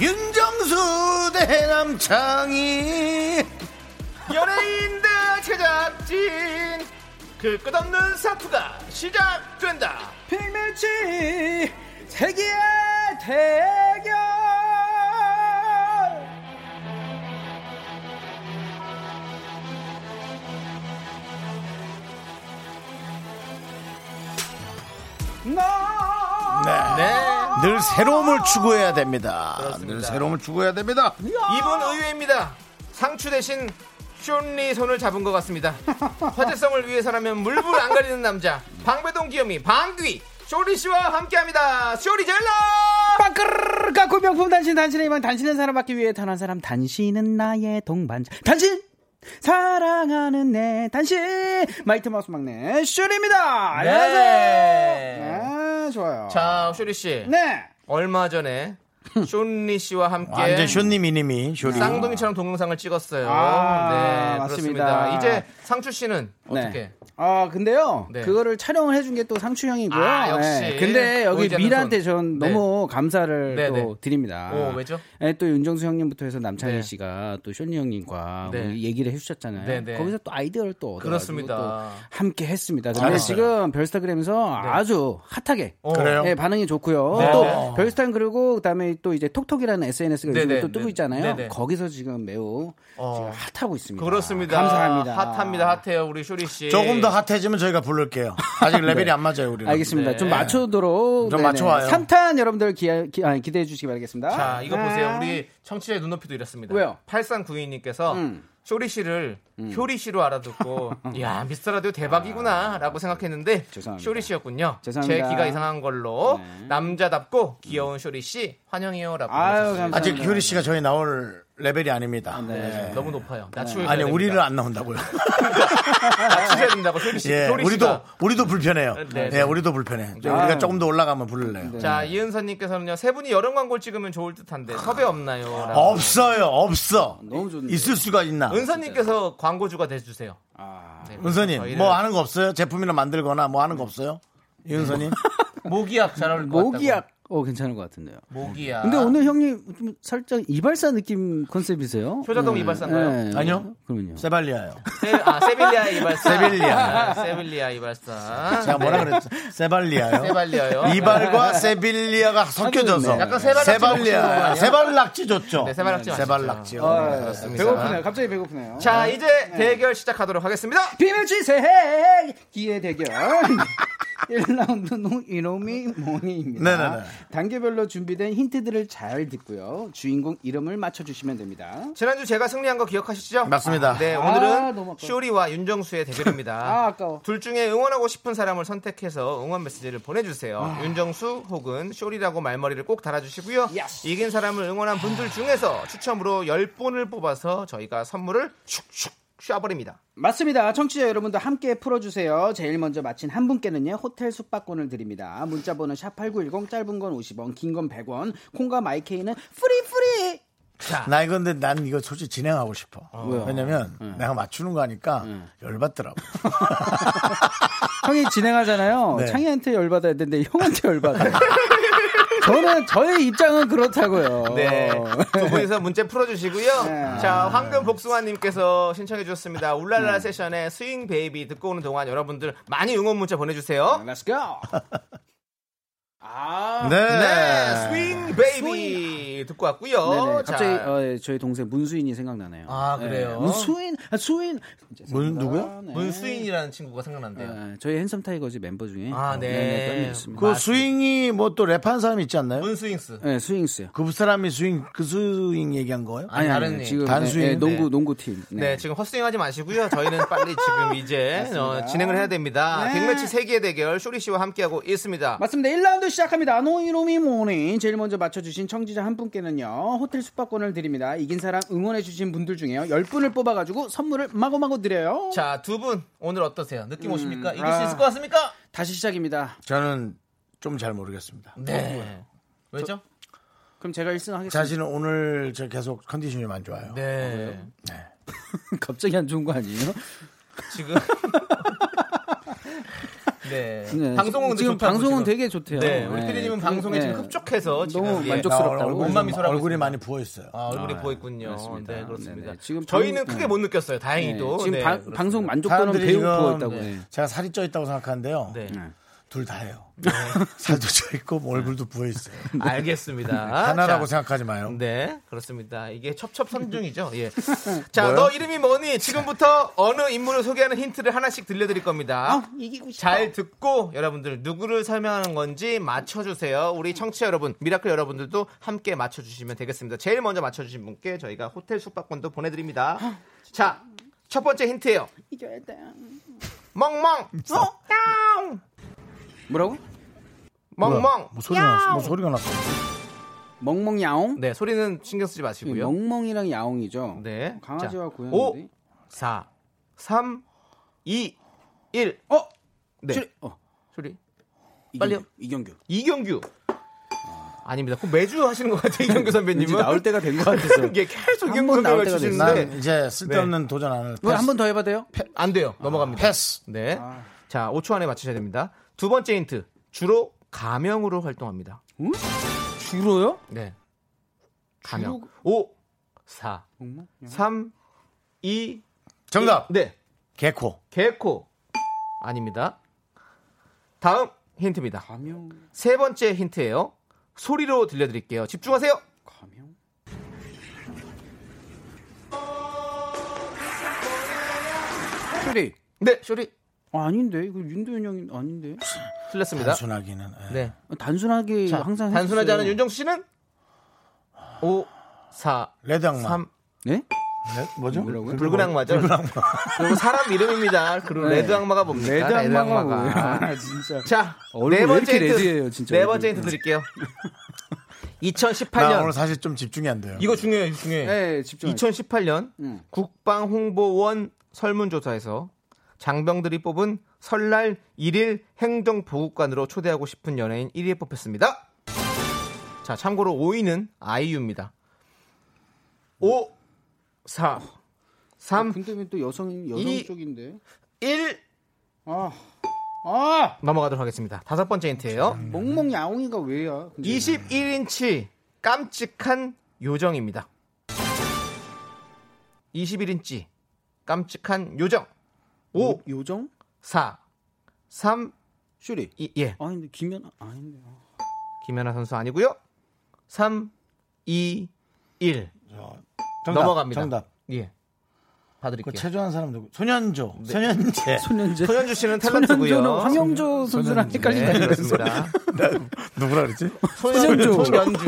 윤정수 네. 대남창이 연예인들 제작진 그 끝없는 사투가 시작된다. 빅매치 세계의 대결 네. 늘 새로움을 추구해야 됩니다. 그렇습니다. 예. 늘 새로움을 추구해야 됩니다. 이분 의외입니다. 상추 대신 쇼리 손을 잡은 [laughs] 것 같습니다. 화제성을 위해서라면 물불 안 가리는 남자 방배동 귀염이 방귀 쇼리 씨와 함께합니다. 쇼리 젤러. 빵끄르르 깎고 명품 단신 단신의 이만 단신은 사랑받기 위해 태어난 사람 단신은 나의 동반자 단신 사랑하는 내 단신 마이트 마우스 막내 슈리입니다 안녕하세요 네. 아, 너무 좋아요. 자, 쇼리 씨. 네. 얼마 [laughs] 전에 쇼리 씨와 함께 완전 쇼님 이님이 쇼리. 쌍둥이처럼 동영상을 찍었어요. 아, 네, 맞습니다. 그렇습니다. 이제 상추 씨는 어떻게? 아 근데요. 네. 그거를 촬영을 해준 게 또 상추 형이고요. 네. 아, 역시. 근데 여기 보이지 않는 미라한테 손. 전 네. 너무 감사를 네, 또 네. 드립니다. 오, 왜죠? 예, 또 윤정수 형님부터 해서 남창희 네. 씨가 또 쇼니 형님과 네. 뭐 얘기를 해주셨잖아요. 네, 네. 거기서 또 아이디어를 또 얻어 그렇습니다. 네. 함께 했습니다. 근데 잘했어요. 지금 별스타그램에서 아주 핫하게 어. 그래요? 예, 반응이 좋고요. 네. 또 별스타는 그리고 그다음에 또 이제 톡톡이라는 SNS가 요즘 네네, 또 뜨고 네. 있잖아요. 네네. 거기서 지금 매우 어. 지금 핫하고 있습니다. 그렇습니다. 감사합니다. 핫합니다. 핫해요. 우리 쇼리 씨. 조금 더 핫해지면 저희가 부를게요. 아직 레벨이 안 맞아요, 우리. 알겠습니다. 네. 좀 맞추도록 좀 맞춰와요. 3탄 여러분들 기대, 기, 아니, 기대해 주시기 바라겠습니다. 자, 이거 보세요. 우리 청취자의 눈높이도 이렇습니다. 네. 왜요? 음. 8392님께서 쇼리 씨를 효리 씨로 [laughs] 알아듣고 이야 미스터 라디오 대박이구나라고 생각했는데 아. 죄송합니다. 쇼리 씨였군요. 죄송합니다. 네. 제 귀가 이상한 걸로 남자답고 귀여운 쇼리 씨 환영해요라고 아유, 하셨습니다. 아직 효리 씨가 저희 나올 레벨이 아닙니다. 예. 네, 너무 높아요. 낮추셔야 아니 됩니다. 우리는 안 [laughs] 나온다고요. 낮추셔야 된다고 쇼리 씨. 예, 쇼리 우리도 씨가. 우리도 불편해요. 네, 예, 네. 우리도 불편해. 우리가 조금 더 올라가면 부를래요. 자 이은서님께서는요 세 분이 여름 광고를 찍으면 좋을 듯한데 섭외 없나요? 라고. 아, 없어요, 없어. 너무 좋네요. 있을 수가 있나? 아, 은서님께서 광고주가 돼주세요. 네, 은서님, 저희를 뭐 하는 거 없어요? 제품이나 만들거나 뭐 하는 거 없어요? 음. 이은서님? 모기약 잘 어울릴 것 같다고. 모기약. 어, 괜찮은 것 같은데요. 모기약. 근데 오늘 형님 좀 살짝 이발사 느낌 컨셉이세요? 음, 네. 효자동 이발사인가요? 네. 아니요. 그럼요. 세발리아요. 세, [laughs] 아, 세빌리아 이발사. 세빌리아. 세빌리아 이발사. 제가 뭐라 [laughs] 그랬죠? 세발리아요. 세발리아요. 이발과 네. 세빌리아가 섞여져서 약간 세발낙지 먹는 거 세발리아 아니야? 세발낙지 줬죠. 네, 세발낙지 맞죠. 어. 세발낙지요. 아, 네, 그렇습니다. 배고프네요. 갑자기 배고프네요. 자, 이제 대결 시작하도록 하겠습니다. 비밀 주세요. 기회 [laughs] 대결. 1라운드 는 이놈이 뭐니입니다. 네네네. 단계별로 준비된 힌트들을 잘 듣고요. 주인공 이름을 맞춰주시면 됩니다. 지난주 제가 승리한 거 기억하시죠? 맞습니다. 네, 아, 오늘은 너무 아까워. 쇼리와 윤정수의 대결입니다. [laughs] 아, 아까워. 둘 중에 응원하고 싶은 사람을 선택해서 응원 메시지를 보내주세요. 아. 윤정수 혹은 쇼리라고 말머리를 꼭 달아주시고요. Yes. 이긴 사람을 응원한 분들 중에서 추첨으로 10분을 뽑아서 저희가 선물을 슉슉 쏴버립니다. 맞습니다. 청취자 여러분도 함께 풀어주세요. 제일 먼저 마친 한 분께는요, 호텔 숙박권을 드립니다. 문자번호 샵8910, 짧은 건 50원, 긴 건 100원, 콩과 마이케이는 프리프리! 나 이건데 난 이거 솔직히 진행하고 싶어. 왜요? 왜냐면 내가 맞추는 거 하니까 열받더라고. 형이 [laughs] 진행하잖아요. 네. 창희한테 열받아야 되는데 형한테 열받아요. [laughs] 저는, 저의 입장은 그렇다고요. 네. 두 분이서 문제 풀어주시고요. 어. 네. 자, 황금 복숭아님께서 신청해 주셨습니다. 울랄라 음. 세션의 스윙 베이비 듣고 오는 동안 여러분들 많이 응원 문자 보내주세요. Let's go! [laughs] 아, 네. [laughs] 네, 스윙 베이비 듣고 네네. 왔고요. 자, 갑자기 어, 예, 저희 동생 문수인이 생각나네요. 아, 그래요? 네. 문수인, 아, 수인. 문 누구야? 네. 문수인이라는 친구가 생각난대요. 아, 저희 핸섬 타이거즈 멤버 중에 아, 네. 습니다 그 스윙이 뭐 또 랩한 사람이 있지 않나요? 문스윙스. 네, 스윙스요. 그 사람이 스윙 그 스윙 얘기한 거예요? 아니, 아, 다른 일. 지금 단수인. 네, 네, 농구 네. 농구 팀. 네. 지금 헛스윙하지 마시고요. 저희는 빨리 [laughs] 지금 이제 어, 진행을 해야 됩니다. 네. 빅매치 세개의 대결 쇼리 씨와 함께하고 있습니다. 맞습니다. 1라운드 시작합니다. 노이로미 모닝. 제일 먼저 맞춰주신 청취자 한 분께는요, 호텔 숙박권을 드립니다. 이긴 사람 응원해주신 분들 중에요, 10분을 뽑아가지고 선물을 마구마구 드려요. 자, 두 분 오늘 어떠세요? 느낌 오십니까? 이길 아. 수 있을 것 같습니까? 다시 시작입니다. 저는 좀 잘 모르겠습니다. 네. 왜죠? 그럼 제가 1승 하겠습니다. 자신은 오늘 저 계속 컨디션이 안 좋아요. 네. [laughs] 갑자기 안 좋은 거 아니에요? [laughs] 지금. 네. 네, 방송은 지금 좋다고 지금. 방송은 되게 좋대요. 네, 우리 피디님은 지금, 방송에 네. 지금 흡족해서 지금 너무 예. 나 만족스럽다고. 오늘 얼굴이, 몸만 미소라고 얼굴이 있습니다. 많이 부어 있어요. 아, 얼굴이 부어 있군요. 네, 그렇습니다. 네네. 지금 저희는 방- 크게 못 느꼈어요. 다행히도. 지금 네, 방- 그렇습니다. 방송 만족도는 사람들이 배우 지금 부었다고. 네. 제가 살이 쪄 있다고 생각하는데요. 네. 둘 다예요. 뭐 [laughs] 살도 쪄 있고 뭐 얼굴도 부어 있어요. 알겠습니다. [laughs] 하나라고 자, 생각하지 마요. 네, 그렇습니다. 이게 첩첩선중이죠. [laughs] 예. 자, 너 이름이 뭐니? 지금부터 어느 인물을 소개하는 힌트를 하나씩 들려드릴 겁니다. 아, 이기고 싶어. 잘 듣고 여러분들 누구를 설명하는 건지 맞춰주세요. 우리 청취자 여러분, 미라클 여러분들도 함께 맞춰주시면 되겠습니다. 제일 먼저 맞춰주신 분께 저희가 호텔 숙박권도 보내드립니다. 자, 첫 번째 힌트예요. 이겨야 아, 돼. 어? 멍멍, 야옹, 뭐라고? 뭐야, 멍멍. 뭐 소리가 났어. 뭐 소리가 났어. 멍멍야옹? 네, 네, 소리는 신경 쓰지 마시고요. 멍멍이랑 야옹이죠. 네. 강아지와 자, 고양이. 오, 4, 3, 2, 1. 어? 네. 줄- 어. 소리. 빨리요. 이경규. 이경규. 아닙니다. 꼭 매주 하시는 것 같아요, 이경규 선배님은. 왠지 나올 때가 된 것 같아서. [laughs] 이게 계속 한번 이경규 나올 선배가 때가 난 주시는데. 이제 쓸데없는 도전 안 할. 이걸 한 번 아. 더 해봐도 돼요? 패- 안 돼요. 넘어갑니다. 패스. 네. 자, 5초 안에 맞히셔야 됩니다. 두 번째 힌트. 주로 가명으로 활동합니다. 주로요? 네. 가명. 5, 4, 3, 2, 정답. 네. 개코. 개코. 아닙니다. 다음 힌트입니다. 가명, 세 번째 힌트예요. 소리로 들려드릴게요. 집중하세요. 가명. 쇼리. 네, 쇼리 아, 아닌데 이거 윤도현 형이 아닌데 틀렸습니다. 단순하기는. 예. 네. 단순하게 자, 항상 단순하지 했었어요. 않은 윤정수 씨는 5, 4, 레드 악마. 3, 네? 아, 네? 뭐죠? 붉은 악마죠. 그리고 사람 이름입니다. 그리고 음, 네. 레드 악마가 뭡니까? 레드 악마가 뭐야 아, 진짜 자, 얼굴이 네 왜 번째 이렇게 힌트. 레드예요, 진짜 네 얼굴이. 번째 힌트 [laughs] 드릴게요. 나 2018년 오늘 사실 좀 집중이 안 돼요. 이거 중요해요, 이거 중요해. 네 집중 2018년 음. 국방홍보원 설문조사에서 장병들이 뽑은 설날 1일 행정보국관으로 초대하고 싶은 연예인 1위에 뽑혔습니다. 자, 참고로 5위는 아이유입니다. 5, 4, 3, 근데 왜 또 여성 여성 이- 쪽인데 1 아, 아 넘어가도록 하겠습니다. 다섯 번째 힌트예요. 멍멍 야옹이가 왜야 근데. 21인치 깜찍한 요정입니다. 21인치 깜찍한 요정. 5, 요- 요정 4, 3, 슈리 2, 예. 아닌데 김연 아닌데 아. 김연아 선수 아니고요. 3, 2, 1. 정답, 넘어갑니다. 정답. 예. 그 봐드릴게요. 체조한 사람 누구? 소년조. 소년제. 손현재 손현주 씨는 손현조는 탤런트고요. 황영조 선수랑 네, 헷갈린다 그렇습니다. [laughs] 누구라 그랬지? 손현주. 손현주.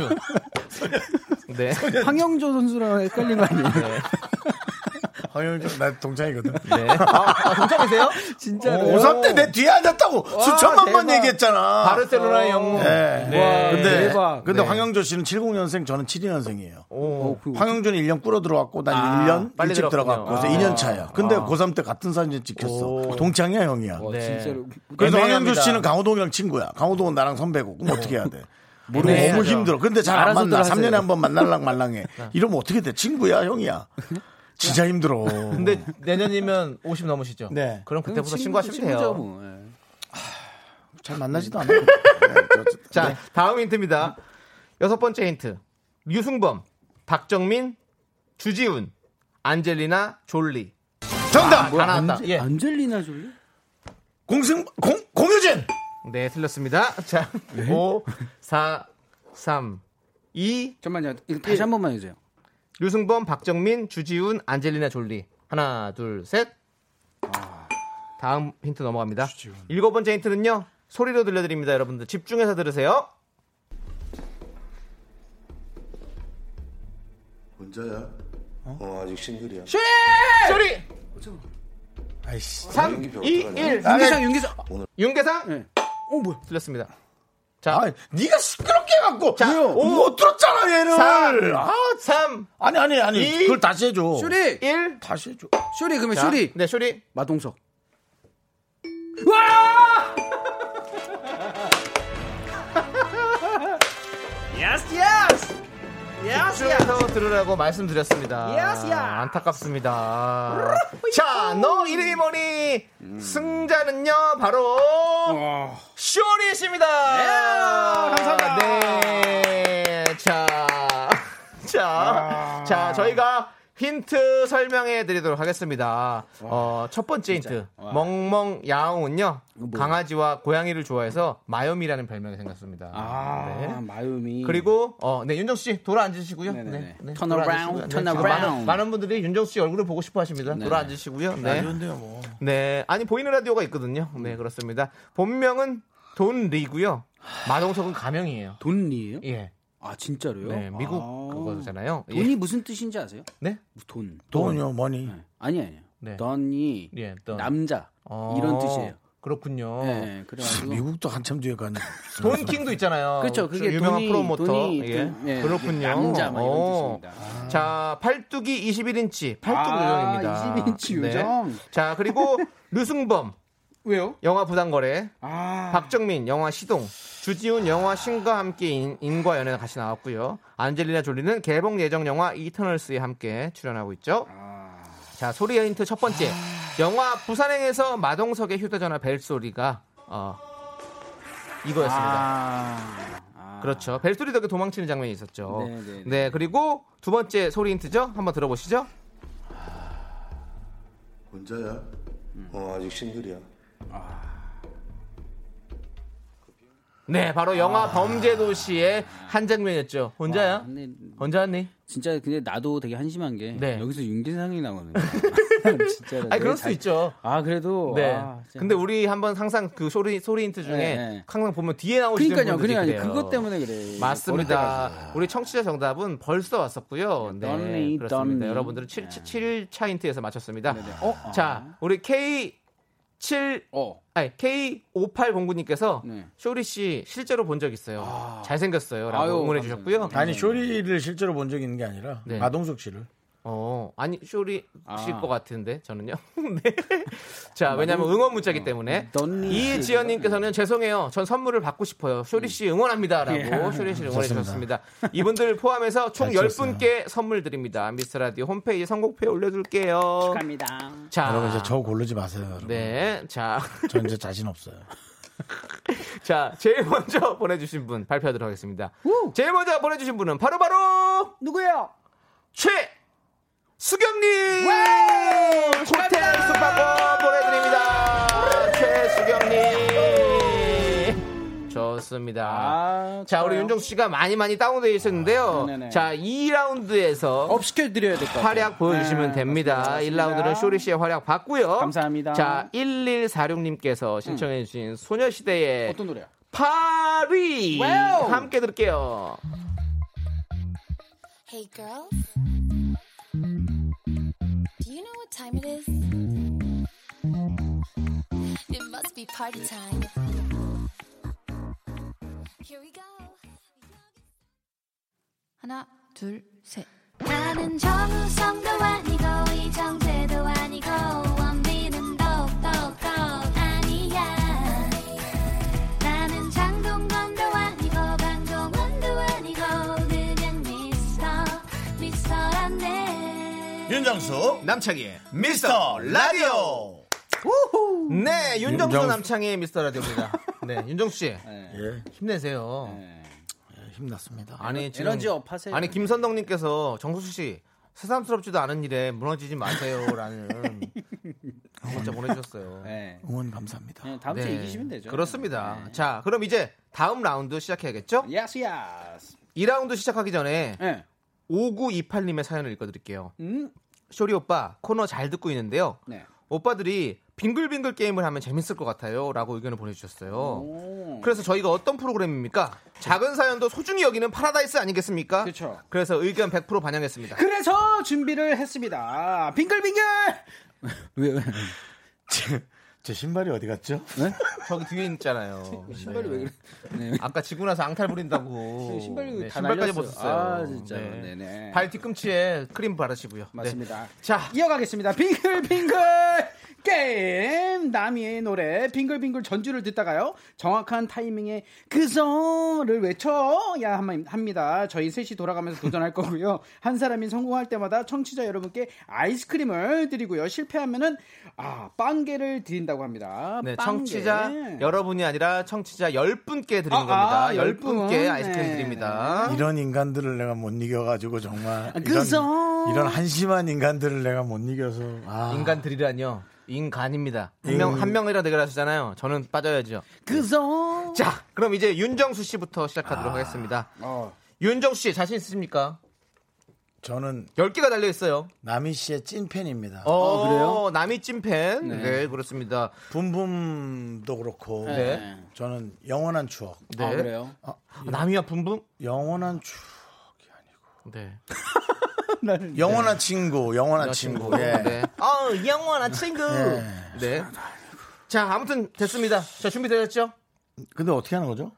손현주. [laughs] 네. 황영조 선수랑 헷갈린 거 아니에요 네. [laughs] 황영조. 나 동창이거든. [laughs] 네. 아, 아, 동창이세요? 진짜로 오, 3대 내 뒤에 앉았다고 수천만 번 대박. 얘기했잖아. 바르셀로나의 영웅. 예. 네. 근데, 대박. 근데 네. 황영조 씨는 70년생, 저는 72년생이에요. 오. 황영조는 1년 꿇어 들어왔고, 난 1년 아, 빨리 일찍 들어갔군요. 들어갔고, 그래서 아. 2년 차야. 근데 고3 때 같은 사진 찍혔어. 오. 동창이야, 형이야. 네. 진짜로 그래서 애매합니다. 황영조 씨는 강호동이랑 친구야. 강호동은 나랑 선배고. 그럼 어떻게 해야 돼? [laughs] 모르겠어요. 너무 힘들어. 근데 잘 안 알아서들 만나. 하세요. 3년에 한 번 만날랑 [laughs] 말랑해. 네. 이러면 어떻게 돼? 친구야, 형이야. 진짜 힘들어. 근데 내년이면 50 넘으시죠? 네. 그럼 그때부터 친구- 신고하시면 돼요. 친구죠, 뭐. 예. 잘 만나지도 [laughs] 않아. 네, 요 네. 자, 다음 힌트입니다. 여섯 번째 힌트. 유승범, 박정민, 주지훈, 안젤리나 졸리. 정답! 다 나왔다. 아, 안젤- 예. 안젤리나 졸리 공승, 공, 공효진! 네, 틀렸습니다. 자, 네. 5, 4, 3, 2. 잠만요 예. 다시 한 번만 해주세요 유승범, 박정민, 주지훈, 안젤리나 졸리. 하나, 둘, 셋. 다음 힌트 넘어갑니다. 일곱 번째 힌트는요. 소리로 들려드립니다, 여러분들. 집중해서 들으세요. 혼자야? 어? 아직 싱글이야. 소리! 아이씨. 3, 2, 1. 윤기상 윤기상 윤계상? 네. 어, 뭐야. 틀렸습니다. 자, 아, 네가 시끄럽게 해갖고. 자, 왜요? 오, 못 들었잖아, 얘를. 사, 아, 3, 아니, 아니, 아니. 이, 그걸 다시 해줘. 쇼리 1. 다시 해줘. 쇼리 그러면 쇼리 네, 쇼리. 마동석 집중해서 들으라고 말씀드렸습니다. 안타깝습니다. 자, 너 이름이 뭐니? 승자는요, 바로 쇼리 씨입니다. 감사합니다. 네. 자, [laughs] 자, 자, 저희가 힌트 설명해 드리도록 하겠습니다. 어, 첫 번째 힌트. 멍멍 야옹은요, 강아지와 고양이를 좋아해서 마염이라는 별명이 생겼습니다. 아 네. 마요미 그리고 어, 네 윤정수 씨 돌아 앉으시고요. 네네네. 네, 네, Turn 돌아 around, 앉으시고요. turn 네, 지금 around. 많은, 많은 분들이 윤정수 씨 얼굴을 보고 싶어 하십니다. 돌아 앉으시고요. 네. 근데요, 뭐. 네. 아니 보이는 라디오가 있거든요. 음. 네, 그렇습니다. 본명은 돈리고요. 마동석은 가명이에요. 돈리예요? 예. 아 진짜로요? 네, 미국 아. 그거잖아요. 예. 돈이 무슨 뜻인지 아세요? 네? 돈. 돈이요, 뭐니. 네. 아니 아니요. 네. 돈이 예, 돈. 남자 어, 이런 뜻이에요. 그렇군요. 네, 그래가지고 아, 미국도 한참 뒤에 가는. [laughs] 돈킹도 있잖아요. 그렇죠. 좀 그게 유명한 돈이- 프로모터. 돈이 예. 돈- 예, 그렇군요. 남자 막 이런 어. 뜻입니다. 자, 팔뚝이 21인치, 팔뚝 아, 요정입니다. 네. 21인치 요정. 자, 그리고 류승범, 왜요? 영화 부당거래. 아. 박정민 영화 시동. 주지훈 영화 신과 함께 인, 인과 연애가 같이 나왔고요. 안젤리나 졸리는 개봉 예정 영화 이터널스에 함께 출연하고 있죠. 자 소리의 힌트 첫 번째. 영화 부산행에서 마동석의 휴대전화 벨소리가 어, 아. 이거였습니다. 그렇죠. 벨소리 덕에 도망치는 장면이 있었죠. 네, 네, 네. 네 그리고 두 번째 소리 힌트죠. 한번 들어보시죠. 혼자야? 어 아직 싱글이야. 네, 바로 아. 영화 범죄도시의 한 장면이었죠. 혼자야? 아, 혼자 왔니? 진짜 근데 나도 되게 한심한 게 여기서 윤기상이 [laughs] 나오는 진짜 네. 아니, 그럴 수도 있죠. 아 그래도 네. 아, 진짜. 근데 우리 한번 항상 그 소리 소리 힌트 중에 네, 네. 항상 보면 뒤에 나오시는 그러니까요, 분들이 그러니까요. 그래요. 그것 때문에 그래. 맞습니다. 우리 청취자 정답은 벌써 왔었고요. 네, 덤니, 그렇습니다. 덤니. 여러분들은 7, 차 힌트에서 맞췄습니다. 어? 자, 우리 K 7 어. 아니 K5809님께서 네. 네. 쇼리 씨 실제로 본 적 있어요. 아유, 잘생겼어요라고 응원해 주셨고요. 아니 쇼리를 실제로 본 적이 있는 게 아니라 네. 마동석 씨를. 어, 아니 쇼리 실 아. 것 같은데 저는요. [laughs] 네. 아, 자, 왜냐면 응원 문자기 음, 때문에 이지연 님께서는 죄송해요. 전 선물을 받고 싶어요. 쇼리 씨 응원합니다라고 예. [laughs] 쇼리 씨를 응원해 좋습니다. 주셨습니다. 이분들 포함해서 총 잘 10분께 선물 드립니다. 미스 라디오 홈페이지 선곡표에 올려 둘게요. 축하합니다. 자. 여러분 이제 저 고르지 마세요. 여러분. 아. 네. 자. 저 이제 자신 없어요. 자, 제일 먼저 [laughs] 보내 주신 분 발표하도록 하겠습니다. 제일 먼저 보내 주신 분은 바로바로 누구예요? 최 수경님 호텔 숙박권 보내드립니다 최수경님 좋습니다 자 우리 윤종수 씨가 많이 많이 다운되어 있었는데요 자 2라운드에서 어, 업시켜드려야 될 것 같아요 활약 보여주시면 됩니다 1라운드는 쇼리 씨의 활약 봤고요 감사합니다. 자 1146님께서 신청해 주신 소녀시대의 어떤 노래야? 파리 와우. 함께 들을게요 Hey girls, do you know what time it is? It must be party time. Here we go. 하나, 둘, 셋. 나는 정우성도 아니고 이정재도 아니고 원빈은 더욱더 아니야 나는 장동건도 아니고 강동원도 아니고 그냥 미스터 미스터란데 윤정수 남창희의 미스터 라디오 네, 윤정수 윤정수. 남창의 미스터 라디오입니다. 네, 윤정수 씨. 예. 힘내세요. 힘났습니다. 아니, 지금 네. 에너지 업하세요. 아니, 김선덕 님께서 정수수 씨 새삼스럽지도 않은 일에 무너지지 마세요라는 [laughs] 문자 보내 주셨어요. 네, 응원 감사합니다. 네, 다음 주에 네, 이기시면 되죠. 네. 그렇습니다. 자, 그럼 이제 다음 라운드 시작해야겠죠? 예스 예스. 2라운드 시작하기 전에 네. 5928님의 사연을 읽어 드릴게요. 음. 쇼리 오빠, 코너 잘 듣고 있는데요. 네. 오빠들이 빙글빙글 게임을 하면 재밌을 것 같아요. 라고 의견을 보내주셨어요. 그래서 저희가 어떤 프로그램입니까? 작은 사연도 소중히 여기는 파라다이스 아니겠습니까? 그렇죠. 그래서 의견 100% 반영했습니다. 그래서 준비를 했습니다. 빙글빙글. 왜? 왜? 제, 제 신발이 어디 갔죠? 저기 뒤에 있잖아요. [laughs] 네. 신발이 왜 그래? 아까 지고 나서 앙탈 부린다고. 네, 신발이 다 신발까지 날렸어요. 벗었어요. 아, 진짜. 네네. 발 뒤꿈치에 크림 바르시고요. 네. 맞습니다. 자, 이어가겠습니다. 빙글빙글 게임 남이의 노래 빙글빙글 전주를 듣다가요 정확한 타이밍에 그저를 외쳐야 함- 합니다. 저희 셋이 돌아가면서 도전할 [laughs] 거고요. 한 사람이 성공할 때마다 청취자 여러분께 아이스크림을 드리고요. 실패하면은 아 빵개를 드린다고 합니다. 네, 빵개. 청취자 여러분이 아니라 청취자 10분께 드리는 아, 겁니다. 아, 10분. 10분 께 아이스크림 네. 드립니다. 이런 인간들을 내가 못 이겨가지고 정말 이런, 그래서- 이런 한심한 인간들을 내가 못 이겨서 아. 인간들이라뇨. 인간입니다. 한 명, 음. 한 명이라 대결하시잖아요. 저는 빠져야죠. 그래서 자, 그럼 이제 윤정수 씨부터 시작하도록 하겠습니다. 윤정수 씨 자신 있습니까? 저는 10개가 달려있어요. 남희 씨의 찐팬입니다. 어, 남이 찐팬. 네. 그렇습니다. 붐붐도 그렇고 네. 저는 영원한 추억. 네. 아, 그래요? 남이야 붐붐? 영원한 추억. 네. 영원한 친구, 영원한 친구. 예. 네. 어, 영원한 친구. 네. 자, 아무튼 됐습니다. 자, 준비되셨죠? 근데 어떻게 하는 거죠?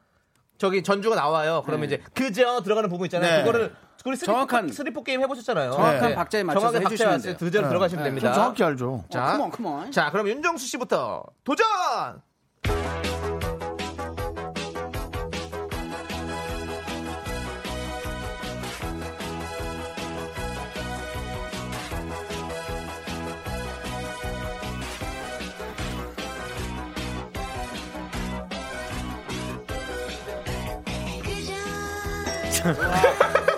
저기 전주가 나와요. 그러면 이제 그저 들어가는 부분 있잖아요. 네. 그거를 우리 스리포, 네. 정확한- 스리포 게임 해보셨잖아요. 네. 정확한 박자에 맞춰서 정확하게 해주시면 박자에 돼요. 그대로 네. 들어가시면 네. 됩니다. 좀 정확히 알죠. 자, 어, 컴온, 컴온. 자, 그럼 윤정수 씨부터 [laughs] 도전.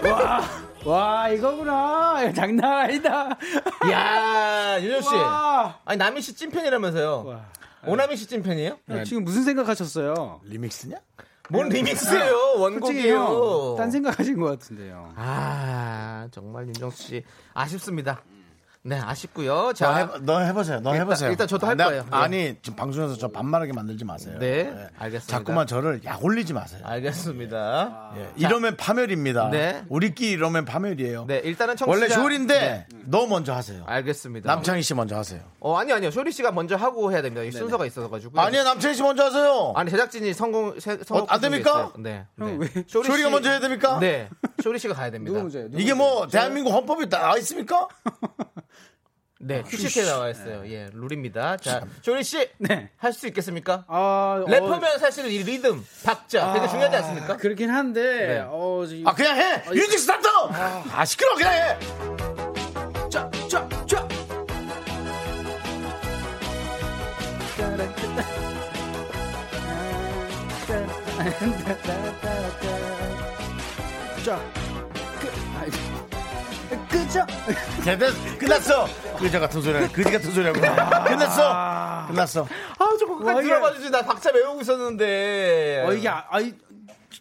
와, 와 이거구나. 장난 아니다. 야, 윤정수 씨. 와. 아니 남희 씨 찐팬이라면서요. 오남희 씨 찐팬이에요? 지금 무슨 생각하셨어요? 리믹스냐? 네. [laughs] 뭔 리믹스예요? 솔직히 원곡이에요. 형, 딴 생각하신 것 같은데요. 아 정말 윤정수 씨 아쉽습니다. 음. 네 아쉽고요. 자, 자, 해봐, 너 해보세요. 너 일단- 해보세요. 일단 저도 할 나- 거예요. 예. 아니, 지금 방송에서 저 반말하게 만들지 마세요. 네, 예. 알겠습니다. 자꾸만 저를 약 올리지 마세요. 알겠습니다. 예. 이러면 파멸입니다. 네. 우리끼리 이러면 파멸이에요. 네, 일단은 청취자 원래 쇼린데 너 먼저 하세요. 알겠습니다. 남창희 씨 먼저 하세요. 어 아니 아니요 쇼리 씨가 먼저 하고 해야 됩니다. 이 순서가 있어서 가지고. 아니요, 남창희 씨 먼저 하세요. 네. 아니 제작진이 성공 세- 성공 안 됩니까? 있어요. 네. 형, 네. 왜? 쇼리가 먼저 해야 됩니까? 네. 쇼리 씨가 가야 됩니다. 이게 뭐 대한민국 헌법이 나와 있습니까? 네. 휴식에 아, 나와 있어요. 예, 룰입니다. 자, 쇼리 씨. 네. 할 수 아, 있겠습니까? 아, 어. 어, 래퍼면 사실 이 리듬, 박자 되게 중요하지 않습니까? 그렇긴 한데 네. 어, 지- 아, 그냥 해! 어, 뮤직 스타트! 아 시끄러 그냥 해. 쫙, 쫙, 쫙. 자, 그죠? 대대 끝났어. 그저 같은 소리야. 그지 같은 소리하고. 끝났어. 끝났어. 아, 저 끝까지 들어봐 주지. 나 박자 외우고 있었는데. 어, 이게 아, 아이,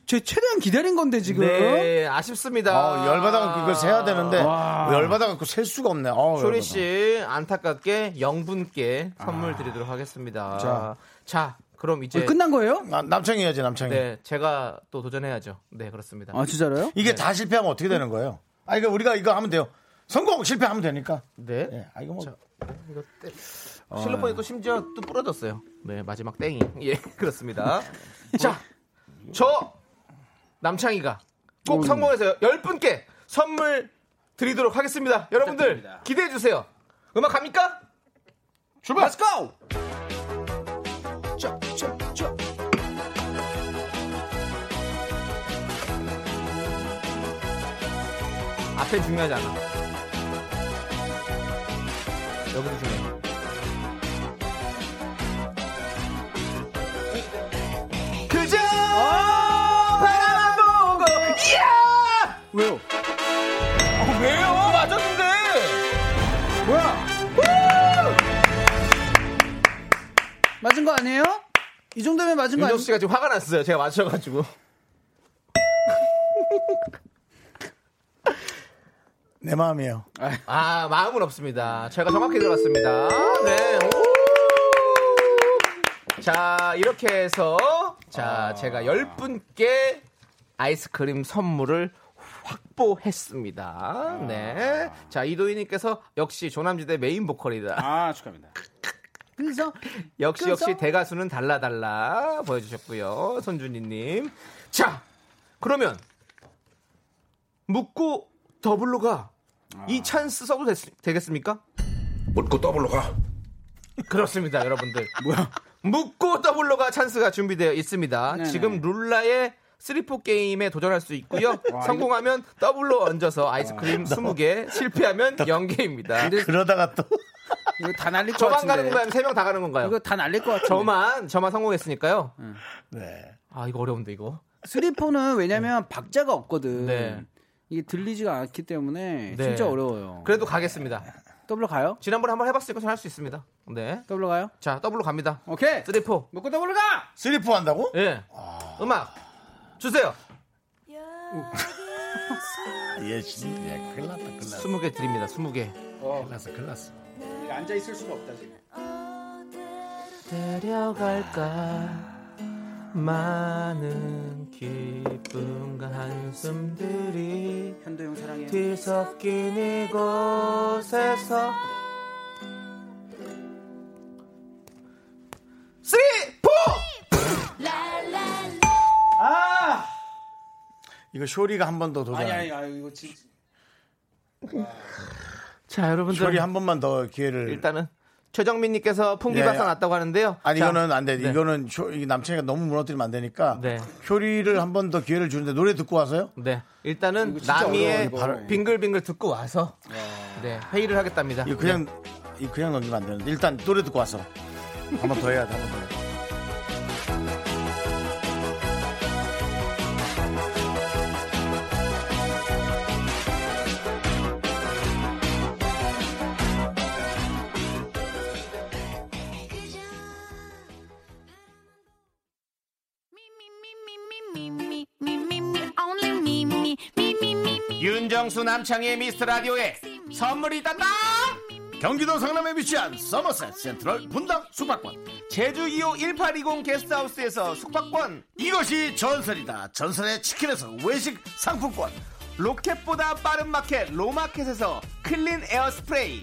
제 최대한 기다린 건데 지금. 네, 아쉽습니다. 아, 열받아갖고 이거 세야 되는데 열받아갖고 셀 수가 없네. 어, 쇼리 씨 안타깝게 영분께 선물 드리도록 하겠습니다. 아. 자. 어, 자, 그럼 이제 거예요? 아, 남창이 해야지 남창이. 네, 제가 또 도전해야죠. 네, 그렇습니다. 어, 아, 네. 이게 다 실패하면 어떻게 되는 거예요? 아 이거 우리가 이거 하면 돼요. 성공 실패하면 되니까. 네. 예, 아 이거 뭐 이거 때- 실로폰이 또 심지어 또 부러졌어요. 네, 마지막 땡이. [laughs] 예, 그렇습니다. [laughs] 자, 저 남창희가 꼭 성공해서 열 분께 선물 드리도록 하겠습니다. 여러분들 기대해 주세요. 음악 갑니까? 출발. Let's go. 자, 자, 자. 앞에 중요하지 않아. 여기도 중요해. 그저 아. 바라만 보고 이야 아, 왜요? 왜요 맞았는데 뭐야? 맞은 거 아니에요? 이 정도면 맞은 거 아니에요? 윤정수 씨가 지금 화가 났어요 제가 맞춰가지고 내 마음이에요. 아 마음은 없습니다 제가 정확히 들어갔습니다 네 오. 자 이렇게 해서 자 제가 열 분께 아이스크림 선물을 아. 확보했습니다. 네. 자, 이도희님께서 역시 조남지대 메인 보컬이다. 아, [laughs] 축하합니다. 그래서 역시 그래서? 역시 대가수는 달라 달라 보여주셨고요 손준희님 자 그러면 묻고 더블로 가 아. 이 찬스 써도 됐, 겠습니까 묻고 더블로 가 그렇습니다 여러분들 뭐야 묻고 더블로 가 찬스가 준비되어 있습니다 네네. 지금 룰라의 3포 게임에 도전할 수 [laughs] 있고요. 성공하면 더블로 얹어서 아이스크림 20개, 실패하면 0개입니다. 그러다가 [laughs] 또 이거 다 날릴 것 저만 가는 같은데. 건가요? 3명 다 가는 건가요? 이거 음. 다 날릴 것 같은데. 저만 저만 성공했으니까요. 네. 아 이거 어려운데 이거. 스리포는 왜냐면 박자가 없거든. 네. 이게 들리지가 않기 때문에 네. 진짜 어려워요. 그래도 가겠습니다. 더블로 가요? 지난번에 한번 해봤으니까 저는 할 수 있습니다. 네. 더블로 가요? 자 더블로 갑니다. 오케이. 쓰리 포. 먹고 더블로 가. 슬리퍼 한다고? 예. 아. 음악 주세요. 예, 진짜 예, 큰일 났다, 큰일 났다. 20개 드립니다. 20개. 큰일 났어, 큰일 났어. 앉아 있을 수가 없다 지금. 데려갈까 많은 기쁨과 한숨들이 현도형 사랑해. 뒤섞인 이곳에서 쓰리 포. 아! 이거 쇼리가 한 번 더 도전. 아니 아니 아니 이거 진짜 자, 여러분들. 쇼리 한 번만 더 기회를. 일단은 최정민님께서 예. 풍비박사 났다고 하는데요. 아니 자, 이거는 안 돼. 네. 이거는 쇼, 이 남친이가 너무 무너뜨리면 안 되니까. 네. 쇼리를 한 번 더 기회를 주는데 노래 듣고 와서요? 네. 일단은 진짜 남이의 어려워, 이거. 빙글빙글 듣고 와서 네, 회의를 하겠답니다. 이거 그냥 이 그냥 넘기면 안 되는데 일단 노래 듣고 와서 한 번 더 해야 돼. 한번 더. 해야 돼. 윤정수 남창의 미스터 라디오에 선물이 있단다. 경기도 성남에 위치한 서머셋 센트럴 분당 숙박권 제주 2호 1820 게스트하우스에서 숙박권 이것이 전설이다. 전설의 치킨에서 외식 상품권. 로켓보다 빠른 마켓 로마켓에서 클린 에어 스프레이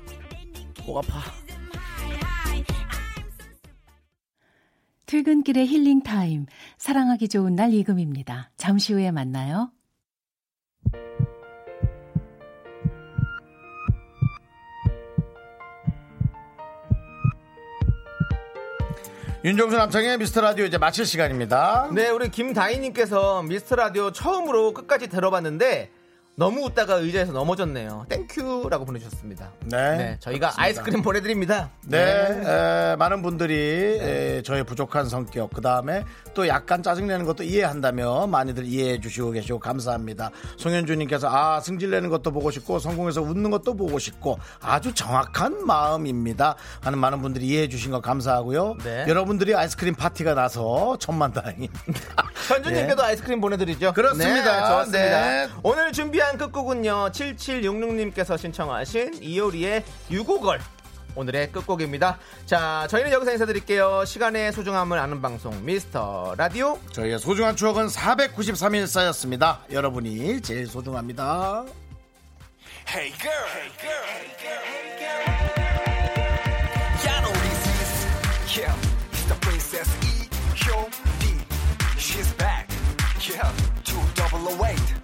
목 아파 퇴근길의 힐링 타임. 사랑하기 좋은 날 이금입니다. 잠시 후에 만나요. 윤정수 남창의 미스터 라디오 이제 마칠 시간입니다. 네, 우리 김다희님께서 미스터 라디오 처음으로 끝까지 들어봤는데 너무 웃다가 의자에서 넘어졌네요. 땡큐라고 보내주셨습니다. 네, 저희가 그렇습니다. 아이스크림 보내드립니다. 네, 에, 많은 분들이 에, 저의 부족한 성격, 그 다음에 또 약간 짜증내는 것도 이해한다며 많이들 이해해 주시고 계시고 감사합니다. 송현주님께서 아 승질내는 것도 보고 싶고 성공해서 웃는 것도 보고 싶고 아주 정확한 마음입니다. 하는 많은 분들이 이해해 주신 거 감사하고요. 네. 여러분들이 아이스크림 파티가 나서 천만 다행입니다. 현주님께도 아이스크림 보내드리죠. 그렇습니다. 네, 좋았습니다. 네. 오늘 준비한 끝곡은요. 7766님께서 신청하신 이효리의 유고걸. 오늘의 끝곡입니다. 자, 저희는 여기서 인사드릴게요. 시간의 소중함을 아는 방송, 미스터 라디오. 저희의 소중한 추억은 493일 쌓였습니다. 여러분이 제일 소중합니다. Hey girl. Hey girl. Hey girl. Hey girl. Y'all know this is yeah. It's the princess E. Hyun D. She's back. Yeah. To double await.